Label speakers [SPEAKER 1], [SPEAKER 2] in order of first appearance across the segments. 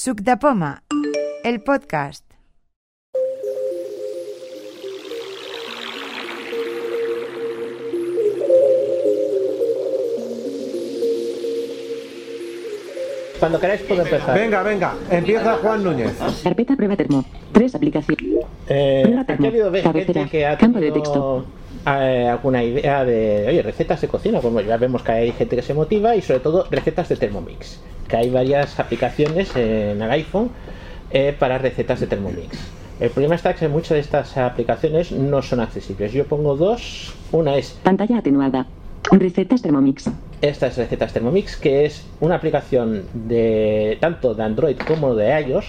[SPEAKER 1] Suc de Poma, el podcast.
[SPEAKER 2] Cuando queráis puedo empezar.
[SPEAKER 3] Venga, venga, empieza Juan Núñez.
[SPEAKER 4] Carpeta prueba termo. Tres aplicaciones.
[SPEAKER 2] Eh, aquí ha habido gente
[SPEAKER 4] Cabecera.
[SPEAKER 2] que ha
[SPEAKER 4] Campo de
[SPEAKER 2] tenido
[SPEAKER 4] texto.
[SPEAKER 2] eh, alguna idea de, oye, recetas de cocina, como ya vemos que hay gente que se motiva y sobre todo recetas de Thermomix, que hay varias aplicaciones en el iPhone eh, para recetas de Thermomix. El problema está que muchas de estas aplicaciones no son accesibles. Yo pongo dos, una es
[SPEAKER 4] Pantalla atenuada. Recetas Thermomix.
[SPEAKER 2] Esta es Recetas Thermomix, que es una aplicación de tanto de Android como de iOS,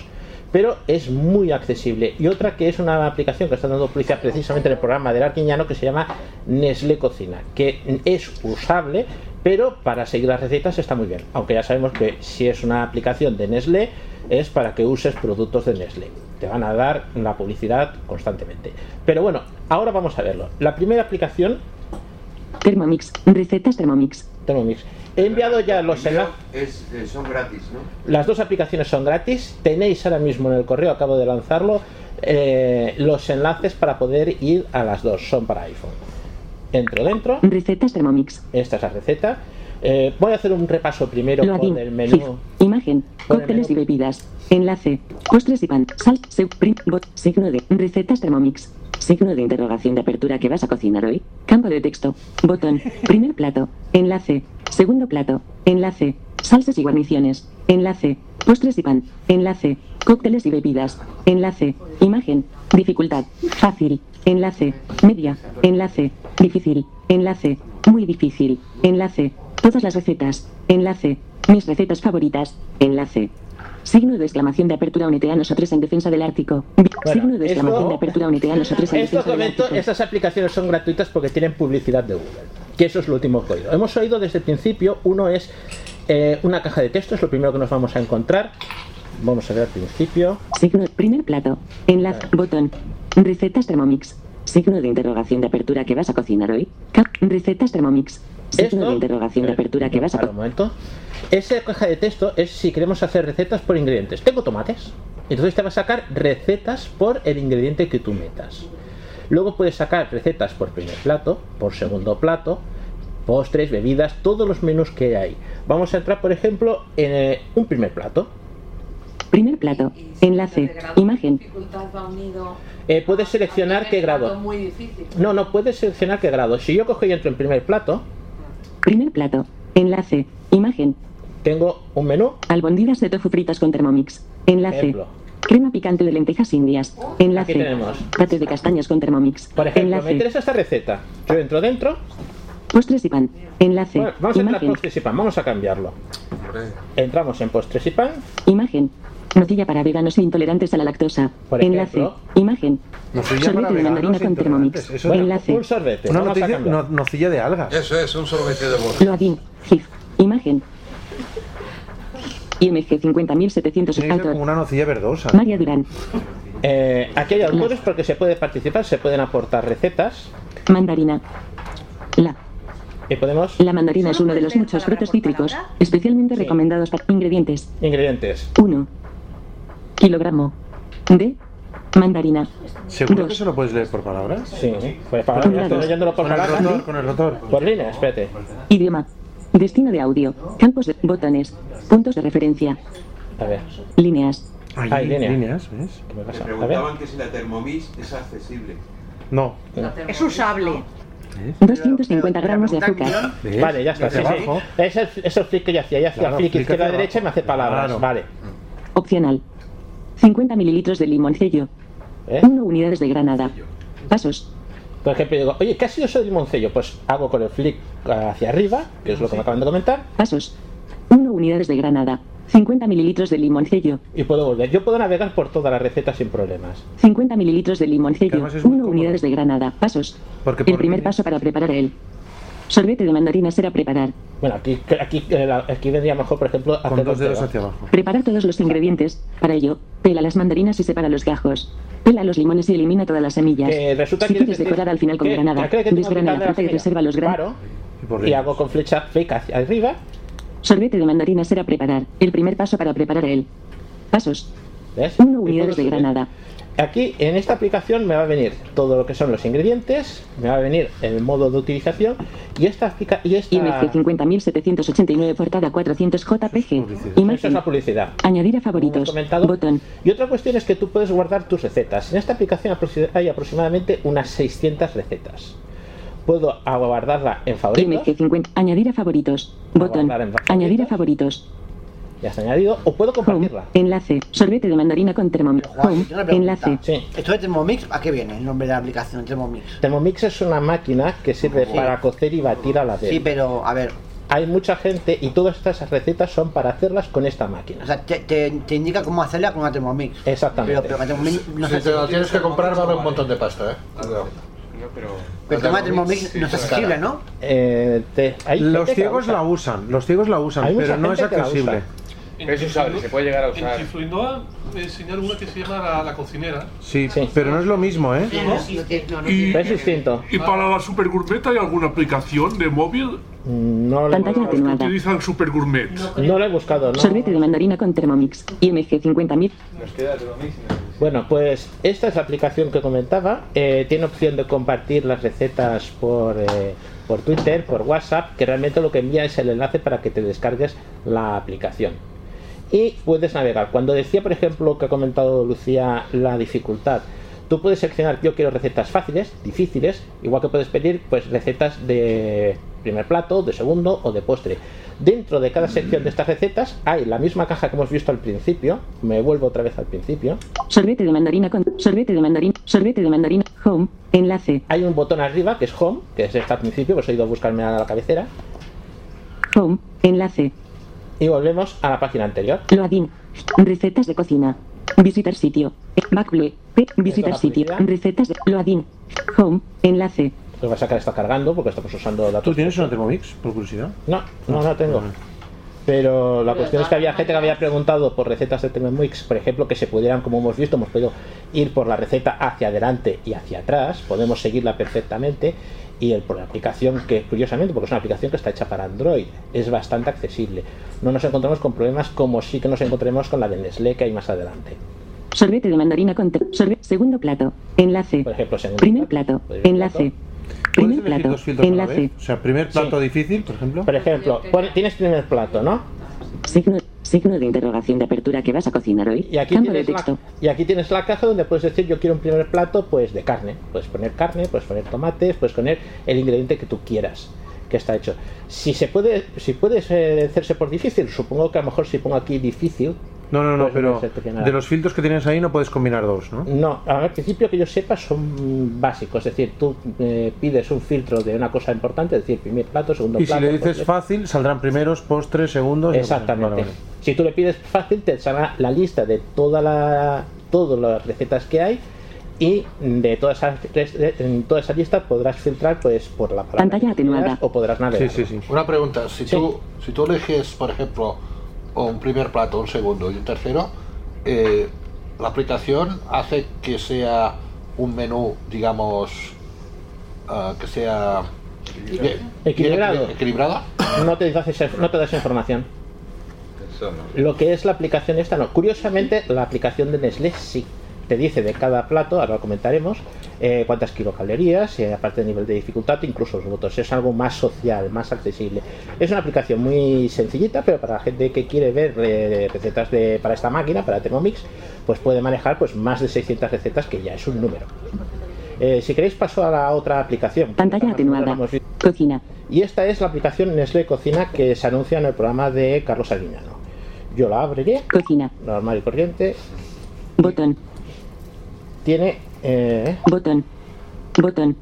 [SPEAKER 2] pero es muy accesible. Y otra que es una aplicación que está dando publicidad precisamente en el programa del Arquiñano, que se llama Nestlé Cocina, que es usable, pero para seguir las recetas está muy bien. Aunque ya sabemos que si es una aplicación de Nestlé, es para que uses productos de Nestlé. Te van a dar la publicidad constantemente. Pero bueno, ahora vamos a verlo. La primera aplicación,
[SPEAKER 4] Thermomix. Recetas Thermomix.
[SPEAKER 2] Thermomix. He enviado ya los enlaces.
[SPEAKER 5] Es, eh, son gratis, ¿no?
[SPEAKER 2] Las dos aplicaciones son gratis. Tenéis ahora mismo en el correo, acabo de lanzarlo, eh, los enlaces para poder ir a las dos. Son para iPhone. Entro dentro.
[SPEAKER 4] Recetas Thermomix.
[SPEAKER 2] Esta es la receta. Eh, voy a hacer un repaso primero
[SPEAKER 4] Loading.
[SPEAKER 2] por el
[SPEAKER 4] GIF.
[SPEAKER 2] menú.
[SPEAKER 4] Imagen.
[SPEAKER 2] Por el
[SPEAKER 4] Cócteles y
[SPEAKER 2] menú.
[SPEAKER 4] bebidas. Enlace. Postres y pan. Sal. Seu. Print. Bot. Signo de. Recetas Thermomix. Signo de interrogación de apertura que vas a cocinar hoy. Campo de texto. Botón. Primer plato. Enlace. Segundo plato. Enlace. Salsas y guarniciones. Enlace. Postres y pan. Enlace. Cócteles y bebidas. Enlace. Imagen. Dificultad. Fácil. Enlace. Media. Enlace. Difícil. Enlace. Muy difícil. Enlace. Todas las recetas. Enlace. Mis recetas favoritas. Enlace. Signo de exclamación de apertura unite a nosotros en defensa del Ártico. Vi-
[SPEAKER 2] Bueno,
[SPEAKER 4] Signo de
[SPEAKER 2] esto-
[SPEAKER 4] exclamación de apertura unite a nosotros en
[SPEAKER 2] Esto
[SPEAKER 4] defensa del
[SPEAKER 2] comento,
[SPEAKER 4] Ártico.
[SPEAKER 2] estas aplicaciones son gratuitas porque tienen publicidad de Google. Que eso es lo último que he oído. Hemos oído desde el principio, uno es eh, una caja de texto, es lo primero que nos vamos a encontrar. Vamos a ver al principio.
[SPEAKER 4] Signo primer plato. Enlace. Botón. Recetas Thermomix. Signo de interrogación de apertura que vas a cocinar hoy. Cap. Recetas Thermomix. Signo de interrogación de
[SPEAKER 2] eh,
[SPEAKER 4] apertura que vas a
[SPEAKER 2] para un
[SPEAKER 4] cocinar.
[SPEAKER 2] momento. Esa caja de texto es si queremos hacer recetas por ingredientes. Tengo tomates. Entonces te va a sacar recetas por el ingrediente que tú metas. Luego puedes sacar recetas por primer plato, por segundo plato, postres, bebidas, todos los menús que hay. Vamos a entrar, por ejemplo, en eh, un primer plato.
[SPEAKER 4] Primer plato. Enlace. Imagen.
[SPEAKER 2] Eh, puedes seleccionar qué grado.
[SPEAKER 6] Muy difícil.
[SPEAKER 2] No, no, puedes seleccionar qué grado. Si yo cojo y entro en primer plato,
[SPEAKER 4] Primer plato. Enlace. Imagen.
[SPEAKER 2] tengo un menú.
[SPEAKER 4] Albondigas de tofu fritas con Thermomix. Enlace.
[SPEAKER 2] Ejemplo.
[SPEAKER 4] Crema picante de lentejas indias. Enlace.
[SPEAKER 2] Aquí tenemos.
[SPEAKER 4] Pate de castañas con Thermomix.
[SPEAKER 2] Por ejemplo, me
[SPEAKER 4] Enlace.
[SPEAKER 2] interesa esta receta. Yo entro dentro.
[SPEAKER 4] Postres y pan. Enlace.
[SPEAKER 2] Bueno, vamos a entrar
[SPEAKER 4] imagen.
[SPEAKER 2] postres y pan, vamos a cambiarlo.
[SPEAKER 5] Hombre,
[SPEAKER 2] Entramos en postres y pan.
[SPEAKER 4] Imagen. Nocilla para veganos e intolerantes a la lactosa.
[SPEAKER 2] Por
[SPEAKER 4] Enlace.
[SPEAKER 2] ejemplo.
[SPEAKER 4] Imagen.
[SPEAKER 3] Nocilla
[SPEAKER 4] Sorbete
[SPEAKER 3] para
[SPEAKER 4] de
[SPEAKER 3] veganos
[SPEAKER 4] mandarina
[SPEAKER 3] e
[SPEAKER 4] con Thermomix.
[SPEAKER 3] intolerantes, eso
[SPEAKER 2] Bueno,
[SPEAKER 4] Enlace.
[SPEAKER 2] un sorbete.
[SPEAKER 3] Una
[SPEAKER 2] vamos a
[SPEAKER 3] noticia,
[SPEAKER 2] cambiar.
[SPEAKER 3] no- nocilla de algas.
[SPEAKER 5] Eso es, un sorbete de borra.
[SPEAKER 4] Loadin. GIF. Imagen. IMG 50700.
[SPEAKER 3] Tiene que ser como
[SPEAKER 4] Autor.
[SPEAKER 3] una nocilla verdosa.
[SPEAKER 4] María Durán.
[SPEAKER 2] Eh, aquí hay autores porque se puede participar, se pueden aportar recetas.
[SPEAKER 4] Mandarina. La.
[SPEAKER 2] Y podemos.
[SPEAKER 4] La mandarina es
[SPEAKER 6] ¿Solo
[SPEAKER 4] uno de
[SPEAKER 6] puede
[SPEAKER 4] los
[SPEAKER 6] ser
[SPEAKER 4] muchos
[SPEAKER 6] palabra
[SPEAKER 4] frutos
[SPEAKER 6] por
[SPEAKER 4] cítricos,
[SPEAKER 6] palabra?
[SPEAKER 4] especialmente
[SPEAKER 2] Sí.
[SPEAKER 4] recomendados para ingredientes.
[SPEAKER 2] Ingredientes.
[SPEAKER 4] 1. Kilogramo. De. Mandarina.
[SPEAKER 3] ¿Seguro
[SPEAKER 4] Dos.
[SPEAKER 3] que se lo puedes leer por palabras?
[SPEAKER 2] Sí, pues para
[SPEAKER 4] Con
[SPEAKER 2] estoy
[SPEAKER 4] dados.
[SPEAKER 2] leyéndolo por
[SPEAKER 3] Con el
[SPEAKER 2] palabras.
[SPEAKER 3] rotor, con el rotor.
[SPEAKER 2] Por línea, espérate.
[SPEAKER 4] Idioma. Destino de audio. Campos de botones. Puntos de referencia.
[SPEAKER 2] A ver,
[SPEAKER 4] Líneas.
[SPEAKER 3] Ahí,
[SPEAKER 2] Ah, Hay línea.
[SPEAKER 3] líneas, ¿ves?
[SPEAKER 2] ¿qué me
[SPEAKER 5] Me
[SPEAKER 2] pasa? A ver.
[SPEAKER 5] preguntaban que si la Thermomix es accesible.
[SPEAKER 3] No.
[SPEAKER 6] Es usable.
[SPEAKER 4] 250 gramos de azúcar.
[SPEAKER 3] ¿Ves?
[SPEAKER 2] Vale, ya está.
[SPEAKER 3] Desde
[SPEAKER 2] Sí, sí.
[SPEAKER 3] abajo.
[SPEAKER 2] Es el, es el flick que yo hacía. Ya hacía
[SPEAKER 3] Claro,
[SPEAKER 2] flick
[SPEAKER 3] flick hacia
[SPEAKER 2] izquierda
[SPEAKER 3] abajo.
[SPEAKER 2] derecha y me hace palabras.
[SPEAKER 3] Claro.
[SPEAKER 2] Vale.
[SPEAKER 4] Opcional. 50 mililitros de limoncillo.
[SPEAKER 2] ¿Eh?
[SPEAKER 4] 1 unidades de granada. Pasos.
[SPEAKER 2] Por ejemplo, digo, oye, ¿qué ha sido eso del moncello? Pues hago con el flick ah, hacia arriba, que es lo que me acaban de comentar.
[SPEAKER 4] Pasos. 1 unidades de granada. 50 mililitros de limoncillo.
[SPEAKER 2] Y puedo volver. Yo puedo navegar por toda la receta sin problemas.
[SPEAKER 4] 50 mililitros de
[SPEAKER 3] Que
[SPEAKER 4] limoncillo.
[SPEAKER 3] además es muy
[SPEAKER 4] 1
[SPEAKER 3] cómodo.
[SPEAKER 4] unidades de granada. Pasos.
[SPEAKER 3] Porque
[SPEAKER 4] El
[SPEAKER 3] por
[SPEAKER 4] primer
[SPEAKER 3] línea-
[SPEAKER 4] paso para preparar el sorbete de mandarina será preparar.
[SPEAKER 2] Bueno, aquí, aquí, eh, la- aquí vendría mejor, por ejemplo, hacer
[SPEAKER 3] Con dos dedos
[SPEAKER 2] dedos.
[SPEAKER 3] hacia abajo.
[SPEAKER 4] Prepara todos los ingredientes. Para ello, pela las mandarinas y separa los gajos. Pela los limones y elimina todas las semillas.
[SPEAKER 2] Que Eh, resulta
[SPEAKER 4] si
[SPEAKER 2] que
[SPEAKER 4] quieres decorar al final con
[SPEAKER 2] que-
[SPEAKER 4] granada,
[SPEAKER 2] creo que tengo
[SPEAKER 4] desgrana
[SPEAKER 2] picante
[SPEAKER 4] la fruta y
[SPEAKER 2] fría.
[SPEAKER 4] reserva los granos.
[SPEAKER 2] Claro,
[SPEAKER 3] Y por
[SPEAKER 2] y
[SPEAKER 3] líneas.
[SPEAKER 2] hago con flecha flick hacia arriba.
[SPEAKER 4] Sorbete de mandarina será preparar. El primer paso para preparar el Pasos.
[SPEAKER 2] ¿Ves?
[SPEAKER 4] 1
[SPEAKER 2] Y
[SPEAKER 4] unidades de
[SPEAKER 2] por eso,
[SPEAKER 4] granada.
[SPEAKER 2] Aquí en esta aplicación me va a venir todo lo que son los ingredientes, me va a venir el modo de utilización y esta aplica- y esta,
[SPEAKER 4] IMG 50789 portada 400 JPG.
[SPEAKER 2] esta Pues es
[SPEAKER 4] Imagen.
[SPEAKER 2] la publicidad.
[SPEAKER 4] Añadir a
[SPEAKER 2] como hemos
[SPEAKER 4] favoritos.
[SPEAKER 2] comentado.
[SPEAKER 4] Botón.
[SPEAKER 2] Y otra cuestión es que tú puedes guardar tus recetas. En esta aplicación aproxi- hay aproximadamente unas 600 recetas. Puedo guardarla en favoritos,
[SPEAKER 4] IMG 50. Añadir a favoritos. Botón.
[SPEAKER 2] Guardar en favoritos.
[SPEAKER 4] Añadir a favoritos.
[SPEAKER 2] ya está añadido, o puedo
[SPEAKER 4] Home.
[SPEAKER 2] compartirla.
[SPEAKER 4] Enlace. Sorbete de mandarina con Thermomix.
[SPEAKER 6] Pero, Juan,
[SPEAKER 4] Home.
[SPEAKER 6] yo tengo una pregunta.
[SPEAKER 4] Enlace.
[SPEAKER 2] Sí.
[SPEAKER 6] ¿Esto de Thermomix a qué viene el nombre de la aplicación Thermomix?
[SPEAKER 2] Thermomix es una máquina que sirve
[SPEAKER 6] Sí.
[SPEAKER 2] para cocer y batir a la vez.
[SPEAKER 6] Sí, pero a ver,
[SPEAKER 2] Hay mucha gente y todas estas recetas son para hacerlas con esta máquina.
[SPEAKER 6] o sea, te, te- te indica cómo hacerla con una Thermomix.
[SPEAKER 2] Exactamente.
[SPEAKER 6] Pero, pero la Thermomix no es
[SPEAKER 7] Si te la
[SPEAKER 6] accesible,
[SPEAKER 7] tienes que comprar, vale un montón de pasta, ¿eh? Cuidado.
[SPEAKER 5] No, pero.
[SPEAKER 6] pero el tema de Thermomix
[SPEAKER 7] Sí,
[SPEAKER 6] no es
[SPEAKER 7] claro.
[SPEAKER 6] accesible, ¿no?
[SPEAKER 2] Eh, te- hay
[SPEAKER 3] Los
[SPEAKER 2] gente que
[SPEAKER 3] ciegos
[SPEAKER 2] usa.
[SPEAKER 3] la usan, los ciegos la usan,
[SPEAKER 2] Hay mucha
[SPEAKER 3] pero no es
[SPEAKER 2] gente que la
[SPEAKER 3] accesible.
[SPEAKER 2] usa.
[SPEAKER 8] En
[SPEAKER 5] Es usable,
[SPEAKER 8] Chiflu-
[SPEAKER 5] se puede llegar a usar.
[SPEAKER 8] En Chifluinoa me enseñaron una que se llama la, la cocinera.
[SPEAKER 3] Sí,
[SPEAKER 2] Sí.
[SPEAKER 3] pero no es lo mismo, ¿eh?
[SPEAKER 9] Y,
[SPEAKER 2] Pero es distinto.
[SPEAKER 9] y para la Super Gourmet hay alguna aplicación de móvil
[SPEAKER 2] No lo,
[SPEAKER 4] Pantalla
[SPEAKER 9] que
[SPEAKER 4] atenuada.
[SPEAKER 9] utilizan Super Gourmet.
[SPEAKER 2] no lo he buscado, ¿no?
[SPEAKER 4] Sorbete de mandarina con Thermomix. IMG 50000.
[SPEAKER 5] Nos queda Thermomix.
[SPEAKER 2] Bueno, pues esta es la aplicación que comentaba. Eh, tiene opción de compartir las recetas por, eh, por Twitter, por WhatsApp, que realmente lo que envía es el enlace para que te descargues la aplicación. Y puedes navegar. Cuando decía, por ejemplo, que ha comentado Lucía la dificultad, tú puedes seleccionar, yo quiero recetas fáciles, difíciles, igual que puedes pedir pues recetas de primer plato, de segundo o de postre. Dentro de cada sección de estas recetas hay la misma caja que hemos visto al principio. Me vuelvo otra vez al principio.
[SPEAKER 4] Sorbete de mandarina con. Sorbete de mandarina. Sorbete de mandarina. Home. Enlace.
[SPEAKER 2] Hay un botón arriba que es Home, que es este al principio, pues he ido a buscarme a la cabecera.
[SPEAKER 4] Home. Enlace.
[SPEAKER 2] Y volvemos a la página anterior.
[SPEAKER 4] Loadin. Recetas de cocina. Visitar sitio. Backblue. P. Visitar
[SPEAKER 2] la
[SPEAKER 4] sitio.
[SPEAKER 2] publicidad.
[SPEAKER 4] Recetas de Loadin. Home. Enlace.
[SPEAKER 2] Lo va a sacar, está cargando porque estamos usando
[SPEAKER 3] ¿Tú
[SPEAKER 2] datos.
[SPEAKER 3] tienes una Thermomix, por curiosidad?
[SPEAKER 2] No, no, no tengo. Pero la cuestión es que había gente que había preguntado por recetas de Thermomix, por ejemplo, que se pudieran, como hemos visto, hemos podido ir por la receta hacia adelante y hacia atrás, podemos seguirla perfectamente. Y el, por la aplicación, que curiosamente, porque es una aplicación que está hecha para Android, es bastante accesible. No nos encontramos con problemas como sí que nos encontremos con la de Nestlé que hay más adelante.
[SPEAKER 4] Sorbete de mandarina con. te- Sorbe... Segundo plato. Enlace.
[SPEAKER 2] Por ejemplo, segundo
[SPEAKER 4] Primer
[SPEAKER 2] plato,
[SPEAKER 4] plato.
[SPEAKER 2] primer
[SPEAKER 4] Enlace.
[SPEAKER 3] ¿Puedes
[SPEAKER 4] Primer
[SPEAKER 3] elegir
[SPEAKER 4] plato.
[SPEAKER 3] dos filtros a la
[SPEAKER 4] Enlace.
[SPEAKER 3] vez? O sea, primer plato
[SPEAKER 2] Sí.
[SPEAKER 3] difícil, por ejemplo.
[SPEAKER 2] Por ejemplo, pon- tienes primer plato, ¿no?
[SPEAKER 4] Signo, signo de interrogación de apertura que vas a cocinar hoy.
[SPEAKER 2] Y aquí,
[SPEAKER 4] Campo de
[SPEAKER 2] tienes la,
[SPEAKER 4] texto.
[SPEAKER 2] y aquí tienes la caja donde puedes decir yo quiero un primer plato pues de carne. Puedes poner carne, puedes poner tomates, puedes poner el ingrediente que tú quieras que está hecho. Si se puede, si puedes eh, hacerse por difícil, supongo que a lo mejor si pongo aquí difícil,
[SPEAKER 3] No, no, no,
[SPEAKER 2] Pues no
[SPEAKER 3] pero
[SPEAKER 2] sé, porque nada.
[SPEAKER 3] de los filtros que tienes ahí no puedes combinar dos, ¿no?
[SPEAKER 2] no, al principio que yo sepa son básicos, es decir, tú eh, pides un filtro de una cosa importante, es decir, primer plato, segundo
[SPEAKER 3] Y si
[SPEAKER 2] plato.
[SPEAKER 3] le dices
[SPEAKER 2] postre-
[SPEAKER 3] fácil, saldrán primeros, postres, segundos. y-
[SPEAKER 2] Exactamente.
[SPEAKER 3] Vale, vale.
[SPEAKER 2] Si tú le pides fácil, te saldrá la lista de toda la, todas las recetas que hay y de todas esas, en toda esa lista podrás filtrar pues por la palabra
[SPEAKER 4] Pantalla
[SPEAKER 2] que quieras
[SPEAKER 4] atenuada.
[SPEAKER 2] o podrás navegar.
[SPEAKER 3] Sí, sí, sí.
[SPEAKER 7] Una pregunta, si,
[SPEAKER 2] Sí.
[SPEAKER 7] tú, si tú eliges, por ejemplo, un primer plato, un segundo y un tercero, eh, la aplicación hace que sea un menú, digamos, ah, que sea...
[SPEAKER 2] Equilibrado.
[SPEAKER 7] Equilibrada.
[SPEAKER 2] No te, das esa- no te das información. Lo que es la aplicación esta no. Curiosamente, la aplicación de Nestlé sí. Te dice de cada plato, ahora lo comentaremos, eh, cuántas kilocalorías, eh, aparte del nivel de dificultad, incluso los votos. Es algo más social, más accesible. Es una aplicación muy sencillita, pero para la gente que quiere ver eh, recetas de, para esta máquina, para Thermomix, pues puede manejar pues más de 600 recetas, que ya es un número. Eh, si queréis paso a la otra aplicación.
[SPEAKER 4] Pantalla
[SPEAKER 2] Esta más o menos la
[SPEAKER 4] atenuada.
[SPEAKER 2] hemos visto.
[SPEAKER 4] Cocina.
[SPEAKER 2] Y esta es la aplicación Nestlé Cocina que se anuncia en el programa de Carlos Alignano. Yo la abriré,
[SPEAKER 4] Cocina.
[SPEAKER 2] normal y corriente.
[SPEAKER 4] Botón.
[SPEAKER 2] Tiene. eh,
[SPEAKER 4] Botón. Botón.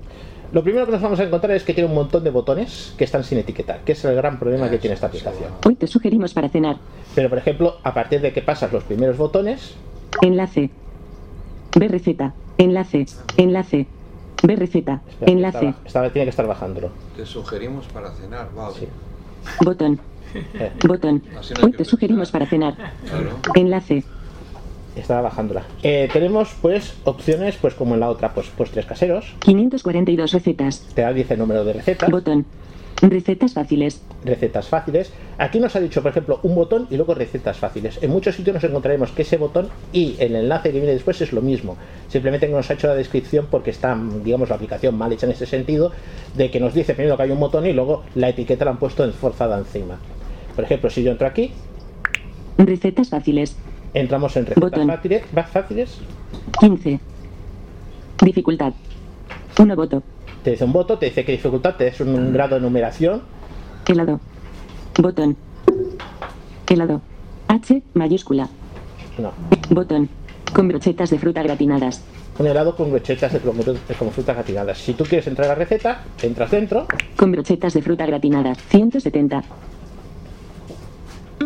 [SPEAKER 2] Lo primero que nos vamos a encontrar es que tiene un montón de botones que están sin etiquetar, que es el gran problema que tiene esta aplicación.
[SPEAKER 4] Hoy te sugerimos para cenar.
[SPEAKER 2] Pero, por ejemplo, a partir de que pasas los primeros botones,
[SPEAKER 4] Enlace. Ver receta. Enlace. Enlace. Ver receta.
[SPEAKER 2] espera, que
[SPEAKER 4] Enlace.
[SPEAKER 2] está baj- está- tiene que estar bajándolo.
[SPEAKER 5] Te sugerimos para cenar, vale.
[SPEAKER 2] Sí.
[SPEAKER 4] Botón.
[SPEAKER 2] Eh,
[SPEAKER 4] Botón.
[SPEAKER 5] Así no hay
[SPEAKER 4] Hoy
[SPEAKER 5] que
[SPEAKER 4] te sugerimos para cenar.
[SPEAKER 5] Claro.
[SPEAKER 4] Enlace.
[SPEAKER 2] estaba bajándola. Eh, tenemos, pues, opciones, pues como en la otra, pues postres caseros.
[SPEAKER 4] 542 recetas.
[SPEAKER 2] Te da- dice el número de recetas.
[SPEAKER 4] Botón. Recetas fáciles.
[SPEAKER 2] recetas fáciles. Aquí nos ha dicho, por ejemplo, un botón y luego recetas fáciles. En muchos sitios nos encontraremos que ese botón y el enlace que viene después es lo mismo. Simplemente que nos ha hecho la descripción porque está, digamos, la aplicación mal hecha en ese sentido, de que nos dice primero que hay un botón y luego la etiqueta la han puesto en forzada encima. Por ejemplo, si yo entro aquí,
[SPEAKER 4] Recetas fáciles.
[SPEAKER 2] entramos en recetas
[SPEAKER 4] Botón.
[SPEAKER 2] fáciles, más fáciles,
[SPEAKER 4] 15. Dificultad. 1 voto.
[SPEAKER 2] te dice un voto, te dice qué dificultad, te dice un, un grado de numeración,
[SPEAKER 4] Helado. Botón. Helado. H mayúscula.
[SPEAKER 2] no,
[SPEAKER 4] Botón. Con brochetas de fruta gratinadas.
[SPEAKER 2] un helado con brochetas de cromo- con frutas gatinadas. Si tú quieres entrar a la receta, entras dentro,
[SPEAKER 4] Con brochetas de fruta gratinadas. 170.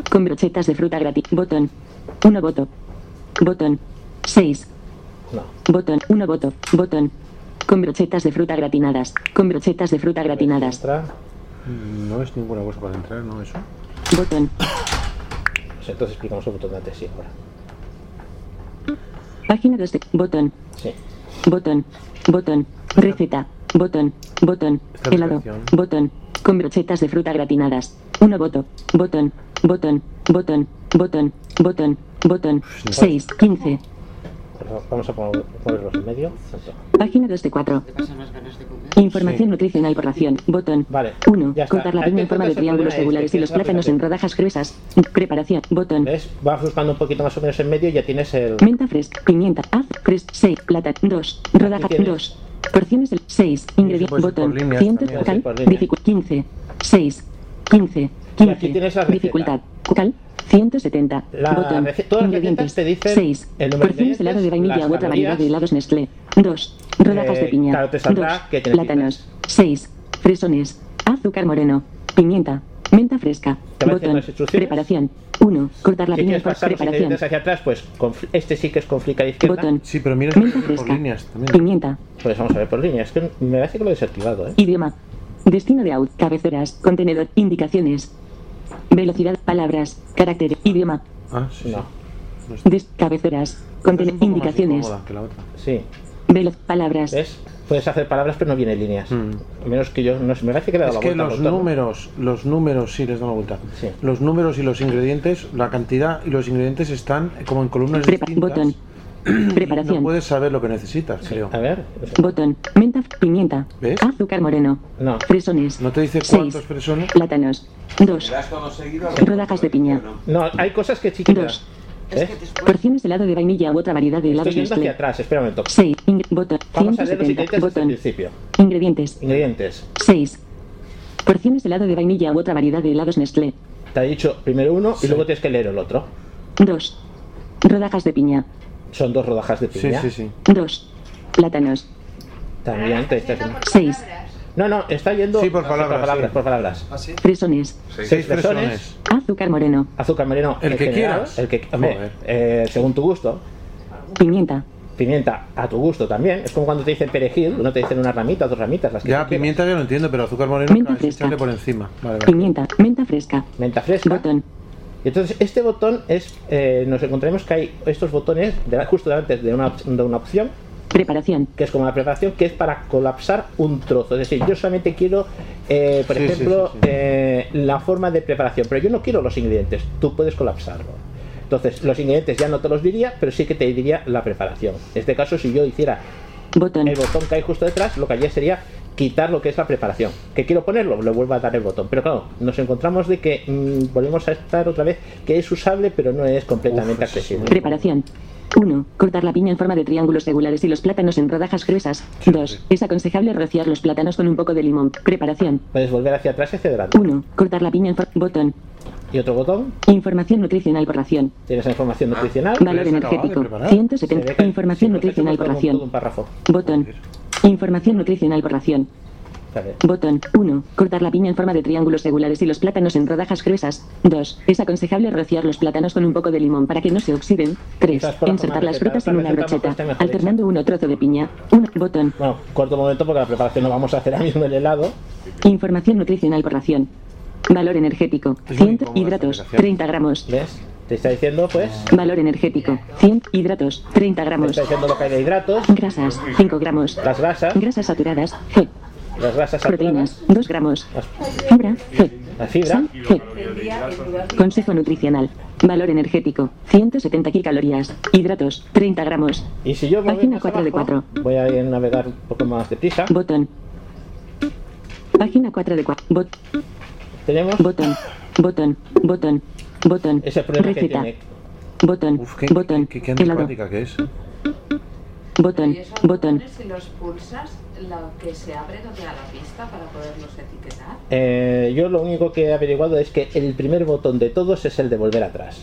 [SPEAKER 4] Con brochetas de fruta gratinadas. Botón. 1 voto. Botón. 6.
[SPEAKER 2] no,
[SPEAKER 4] Botón. 1 voto. Botón. Con brochetas de fruta gratinadas. Con brochetas de fruta gratinadas.
[SPEAKER 2] entra,
[SPEAKER 3] No es ninguna cosa para entrar, ¿no? Eso.
[SPEAKER 4] Botón.
[SPEAKER 2] Pues entonces explicamos un botón de antes, sí, ahora.
[SPEAKER 4] Página 2 de. Botón.
[SPEAKER 2] Sí.
[SPEAKER 4] Botón, botón, receta, botón, botón,
[SPEAKER 3] Esta
[SPEAKER 4] helado,
[SPEAKER 3] aplicación.
[SPEAKER 4] botón, con brochetas de fruta gratinadas. Uno voto, botón, botón, botón, botón, botón, botón,
[SPEAKER 2] Pues
[SPEAKER 4] 6, 15,
[SPEAKER 2] Por favor, Vamos a poner- ponerlos en medio. Tanto.
[SPEAKER 4] página 2 de 4. Información nutricional por ración, botón.
[SPEAKER 2] Vale,
[SPEAKER 4] 1.
[SPEAKER 2] ya está.
[SPEAKER 4] Cortar la
[SPEAKER 2] Aquí
[SPEAKER 4] piña en forma de
[SPEAKER 2] entonces el
[SPEAKER 4] triángulos
[SPEAKER 2] problema es
[SPEAKER 4] regulares
[SPEAKER 2] que
[SPEAKER 4] y los
[SPEAKER 2] tienes la
[SPEAKER 4] plátanos en
[SPEAKER 2] aplicación.
[SPEAKER 4] rodajas gruesas. Preparación, botón.
[SPEAKER 2] ¿Ves? Vas buscando un poquito más o menos en medio y ya tienes el.
[SPEAKER 4] Menta fresca, pimienta, haz, cres, 6, plata, 2, rodaja,
[SPEAKER 2] tienes.
[SPEAKER 4] 2, porciones del 6, ingredientes,
[SPEAKER 3] puede ser por
[SPEAKER 4] botón,
[SPEAKER 3] líneas
[SPEAKER 4] 100,
[SPEAKER 3] también.
[SPEAKER 4] cal,
[SPEAKER 2] Puede ser por
[SPEAKER 4] dificultad, 15, 6, 15, 15,
[SPEAKER 2] tienes la receta.
[SPEAKER 4] dificultad, cal, 170,
[SPEAKER 2] La
[SPEAKER 4] botón,
[SPEAKER 2] rece- todas las recetas
[SPEAKER 4] ingredientes,
[SPEAKER 2] te dicen
[SPEAKER 4] 6,
[SPEAKER 2] el número de
[SPEAKER 4] porciones de helado de
[SPEAKER 2] ingredientes,
[SPEAKER 4] vainilla
[SPEAKER 2] las
[SPEAKER 4] u otra variedad de
[SPEAKER 2] calorías.
[SPEAKER 4] helados Nestlé, 2, rodajas
[SPEAKER 2] Eh,
[SPEAKER 4] de piña,
[SPEAKER 2] claro, te saldrá
[SPEAKER 4] 2,
[SPEAKER 2] que te
[SPEAKER 4] plátanos, 6, fresones, azúcar moreno, pimienta, menta fresca,
[SPEAKER 2] Te van haciendo
[SPEAKER 4] botón,
[SPEAKER 2] las instrucciones.
[SPEAKER 4] preparación, 1, cortar la
[SPEAKER 2] Si
[SPEAKER 4] piña
[SPEAKER 2] quieres
[SPEAKER 4] en forma
[SPEAKER 2] pasar los
[SPEAKER 4] preparación,
[SPEAKER 2] ingredientes hacia atrás, pues con fl- este sí que es con flick a la izquierda.
[SPEAKER 4] botón,
[SPEAKER 3] Sí, pero mira,
[SPEAKER 4] Menta
[SPEAKER 3] por
[SPEAKER 4] fresca.
[SPEAKER 3] líneas también.
[SPEAKER 4] Pimienta.
[SPEAKER 2] Pues vamos a ver por línea. Es que me parece que lo he desactivado, ¿eh?
[SPEAKER 4] Idioma. Destino de out. Cabeceras. Contenedor. Indicaciones. Velocidad. Palabras. Carácter. Idioma.
[SPEAKER 3] Ah, sí.
[SPEAKER 2] No.
[SPEAKER 4] Des cabeceras.
[SPEAKER 3] Es
[SPEAKER 4] Contenedor.
[SPEAKER 3] un poco más
[SPEAKER 4] Indicaciones.
[SPEAKER 3] incómoda que la otra.
[SPEAKER 2] Sí.
[SPEAKER 4] Velo. Palabras.
[SPEAKER 2] ¿Ves? Puedes hacer palabras, pero no viene líneas.
[SPEAKER 3] Mm.
[SPEAKER 2] A menos que yo. No sé, me parece que le he dado
[SPEAKER 3] Es
[SPEAKER 2] la
[SPEAKER 3] que
[SPEAKER 2] vuelta. al
[SPEAKER 3] los
[SPEAKER 2] botón.
[SPEAKER 3] números, los números sí les dan la vuelta.
[SPEAKER 2] Sí.
[SPEAKER 3] Los números y los ingredientes, la cantidad y los ingredientes están como en columnas
[SPEAKER 4] Prepa-
[SPEAKER 3] distintas.
[SPEAKER 4] botón.
[SPEAKER 3] y
[SPEAKER 4] Preparación.
[SPEAKER 3] No puedes saber lo que necesitas, creo.
[SPEAKER 2] A ver.
[SPEAKER 4] Botón. Menta. Pimienta.
[SPEAKER 3] ¿Ves?
[SPEAKER 4] Azúcar moreno.
[SPEAKER 2] No.
[SPEAKER 4] Fresones.
[SPEAKER 3] No te dice
[SPEAKER 4] Seis.
[SPEAKER 3] cuántos fresones.
[SPEAKER 4] Plátanos.
[SPEAKER 5] ¿Le
[SPEAKER 4] Dos.
[SPEAKER 5] das todo seguido?
[SPEAKER 4] Rodajas de piña.
[SPEAKER 2] No, hay cosas que sí que te
[SPEAKER 4] Dos.
[SPEAKER 2] dan. ¿Eh?
[SPEAKER 4] Porciones de helado de vainilla u otra variedad de
[SPEAKER 2] Estoy
[SPEAKER 4] helados
[SPEAKER 2] yendo hacia
[SPEAKER 4] Nestlé.
[SPEAKER 2] atrás, espera un momento.
[SPEAKER 4] 6. Botón.
[SPEAKER 2] Vamos a leer los
[SPEAKER 4] 170.
[SPEAKER 2] ingredientes desde el
[SPEAKER 4] Botón.
[SPEAKER 2] principio.
[SPEAKER 4] Ingredientes.
[SPEAKER 2] Ingredientes.
[SPEAKER 4] 6. Porciones de helado de vainilla u otra variedad de helados Nestlé.
[SPEAKER 2] Te ha dicho primero uno y luego tienes que leer el otro.
[SPEAKER 4] 2. Rodajas de piña.
[SPEAKER 2] Son dos rodajas de
[SPEAKER 3] Sí,
[SPEAKER 2] piña.
[SPEAKER 3] sí, sí.
[SPEAKER 4] 2. Plátanos.
[SPEAKER 2] También te está diciendo-
[SPEAKER 4] 6.
[SPEAKER 2] No, no, está yendo
[SPEAKER 3] Sí, por palabras,
[SPEAKER 2] por palabras.
[SPEAKER 3] sí.
[SPEAKER 2] por palabras.
[SPEAKER 4] Fresones.
[SPEAKER 2] fresones.
[SPEAKER 3] Seis fresones.
[SPEAKER 4] Azúcar moreno.
[SPEAKER 2] Azúcar marino.
[SPEAKER 3] El
[SPEAKER 2] en
[SPEAKER 3] que
[SPEAKER 2] general,
[SPEAKER 3] quieras.
[SPEAKER 2] El que, hombre,
[SPEAKER 3] Joder.
[SPEAKER 2] eh, según tu gusto.
[SPEAKER 4] Pimienta.
[SPEAKER 2] Pimienta a tu gusto también. Es como cuando te dicen perejil, no te dicen una ramita, dos ramitas, las que
[SPEAKER 3] Ya,
[SPEAKER 2] tú quieras.
[SPEAKER 3] pimienta ya lo entiendo, pero azúcar moreno
[SPEAKER 4] Menta
[SPEAKER 3] hay que
[SPEAKER 4] fresca.
[SPEAKER 3] echarle por encima. Vale, vale.
[SPEAKER 4] Pimienta. Menta fresca.
[SPEAKER 2] Menta fresca.
[SPEAKER 4] Botón.
[SPEAKER 2] Y entonces este botón es, eh, nos encontraremos que hay estos botones de- justo delante de una, op- de una opción
[SPEAKER 4] Preparación.
[SPEAKER 2] que es como la preparación, que es para colapsar un trozo. Es decir, yo solamente quiero, eh, por
[SPEAKER 3] Sí, sí,
[SPEAKER 2] ejemplo,
[SPEAKER 3] sí, sí.
[SPEAKER 2] eh, la forma de preparación, pero yo no quiero los ingredientes, tú puedes colapsarlo. Entonces, los ingredientes ya no te los diría, pero sí que te diría la preparación. En este caso, si yo hiciera
[SPEAKER 4] Botón.
[SPEAKER 2] el botón que hay justo detrás, lo que haría sería quitar lo que es la preparación. ¿Que quiero ponerlo? Le vuelvo a dar el botón. Pero claro, nos encontramos de que mm, volvemos a estar otra vez que es usable, pero no es completamente
[SPEAKER 3] Uf, eso es
[SPEAKER 2] accesible.
[SPEAKER 3] muy-
[SPEAKER 4] Preparación. 1. Cortar la piña en forma de triángulos regulares y los plátanos en rodajas gruesas. 2. Es aconsejable rociar los plátanos con un poco de limón. Preparación.
[SPEAKER 2] Puedes volver hacia atrás y hacia adelante.
[SPEAKER 4] 1. Cortar la piña en forma... Botón.
[SPEAKER 2] Y otro botón,
[SPEAKER 4] Información nutricional por ración.
[SPEAKER 2] tienes la información nutricional.
[SPEAKER 4] Valor
[SPEAKER 3] se acababa de
[SPEAKER 4] energético.
[SPEAKER 3] preparar.
[SPEAKER 2] Se ve
[SPEAKER 4] 170.
[SPEAKER 2] que-
[SPEAKER 4] Información
[SPEAKER 2] sí, pero
[SPEAKER 4] nutricional
[SPEAKER 2] esto
[SPEAKER 4] por
[SPEAKER 2] es como todo
[SPEAKER 4] ración.
[SPEAKER 2] un párrafo.
[SPEAKER 4] Botón. Información nutricional por ración.
[SPEAKER 2] Vale.
[SPEAKER 4] Botón 1. Cortar la piña en forma de triángulos regulares y los plátanos en rodajas gruesas. 2. Es aconsejable rociar los plátanos con un poco de limón para que no se oxiden. 3.
[SPEAKER 2] Quizás por la
[SPEAKER 4] Insertar
[SPEAKER 2] forma
[SPEAKER 4] las
[SPEAKER 2] que
[SPEAKER 4] frutas
[SPEAKER 2] está
[SPEAKER 4] en
[SPEAKER 2] la
[SPEAKER 4] una
[SPEAKER 2] receta,
[SPEAKER 4] brocheta,
[SPEAKER 2] mejor está mejor
[SPEAKER 4] alternando uno trozo de piña. 1. Botón.
[SPEAKER 2] Bueno, corto momento porque la preparación no vamos a hacer ahora mismo el helado.
[SPEAKER 4] Información nutricional por ración. Valor energético.
[SPEAKER 3] Es muy
[SPEAKER 4] 100
[SPEAKER 3] incómoda
[SPEAKER 4] hidratos,
[SPEAKER 3] esta aplicación.
[SPEAKER 4] 30 gramos.
[SPEAKER 2] ¿Ves? Te está diciendo, pues,
[SPEAKER 4] Valor energético. 100 hidratos, 30
[SPEAKER 2] te
[SPEAKER 4] gramos.
[SPEAKER 2] está diciendo lo que hay de hidratos,
[SPEAKER 4] Grasas, 5 gramos.
[SPEAKER 2] las grasas,
[SPEAKER 4] Grasas saturadas, G.
[SPEAKER 2] las grasas saturadas,
[SPEAKER 4] Proteínas, 2 gramos. Fibra, G.
[SPEAKER 2] la fibra,
[SPEAKER 4] Sal, G. Consejo nutricional. Valor energético, 170 kilocalorías. Hidratos, 30 gramos.
[SPEAKER 2] y si yo me voy,
[SPEAKER 4] Página
[SPEAKER 2] más
[SPEAKER 4] 4 de
[SPEAKER 2] abajo, voy a ir a navegar un poco más deprisa,
[SPEAKER 4] Botón. Página 4 de 4. Bot,
[SPEAKER 2] tenemos
[SPEAKER 4] botón. Botón. Botón. Botón.
[SPEAKER 2] ese problema que
[SPEAKER 4] Receta.
[SPEAKER 2] tiene.
[SPEAKER 4] Botón.
[SPEAKER 3] Uf, qué,
[SPEAKER 4] botón.
[SPEAKER 3] qué, qué
[SPEAKER 4] helado.
[SPEAKER 3] antipática que es.
[SPEAKER 4] Botón. Botón.
[SPEAKER 10] Si los pulsas, lo que se abre no te da la pista para poderlos etiquetar.
[SPEAKER 2] Eh, yo lo único que he averiguado es que el primer botón de todos es el de volver atrás.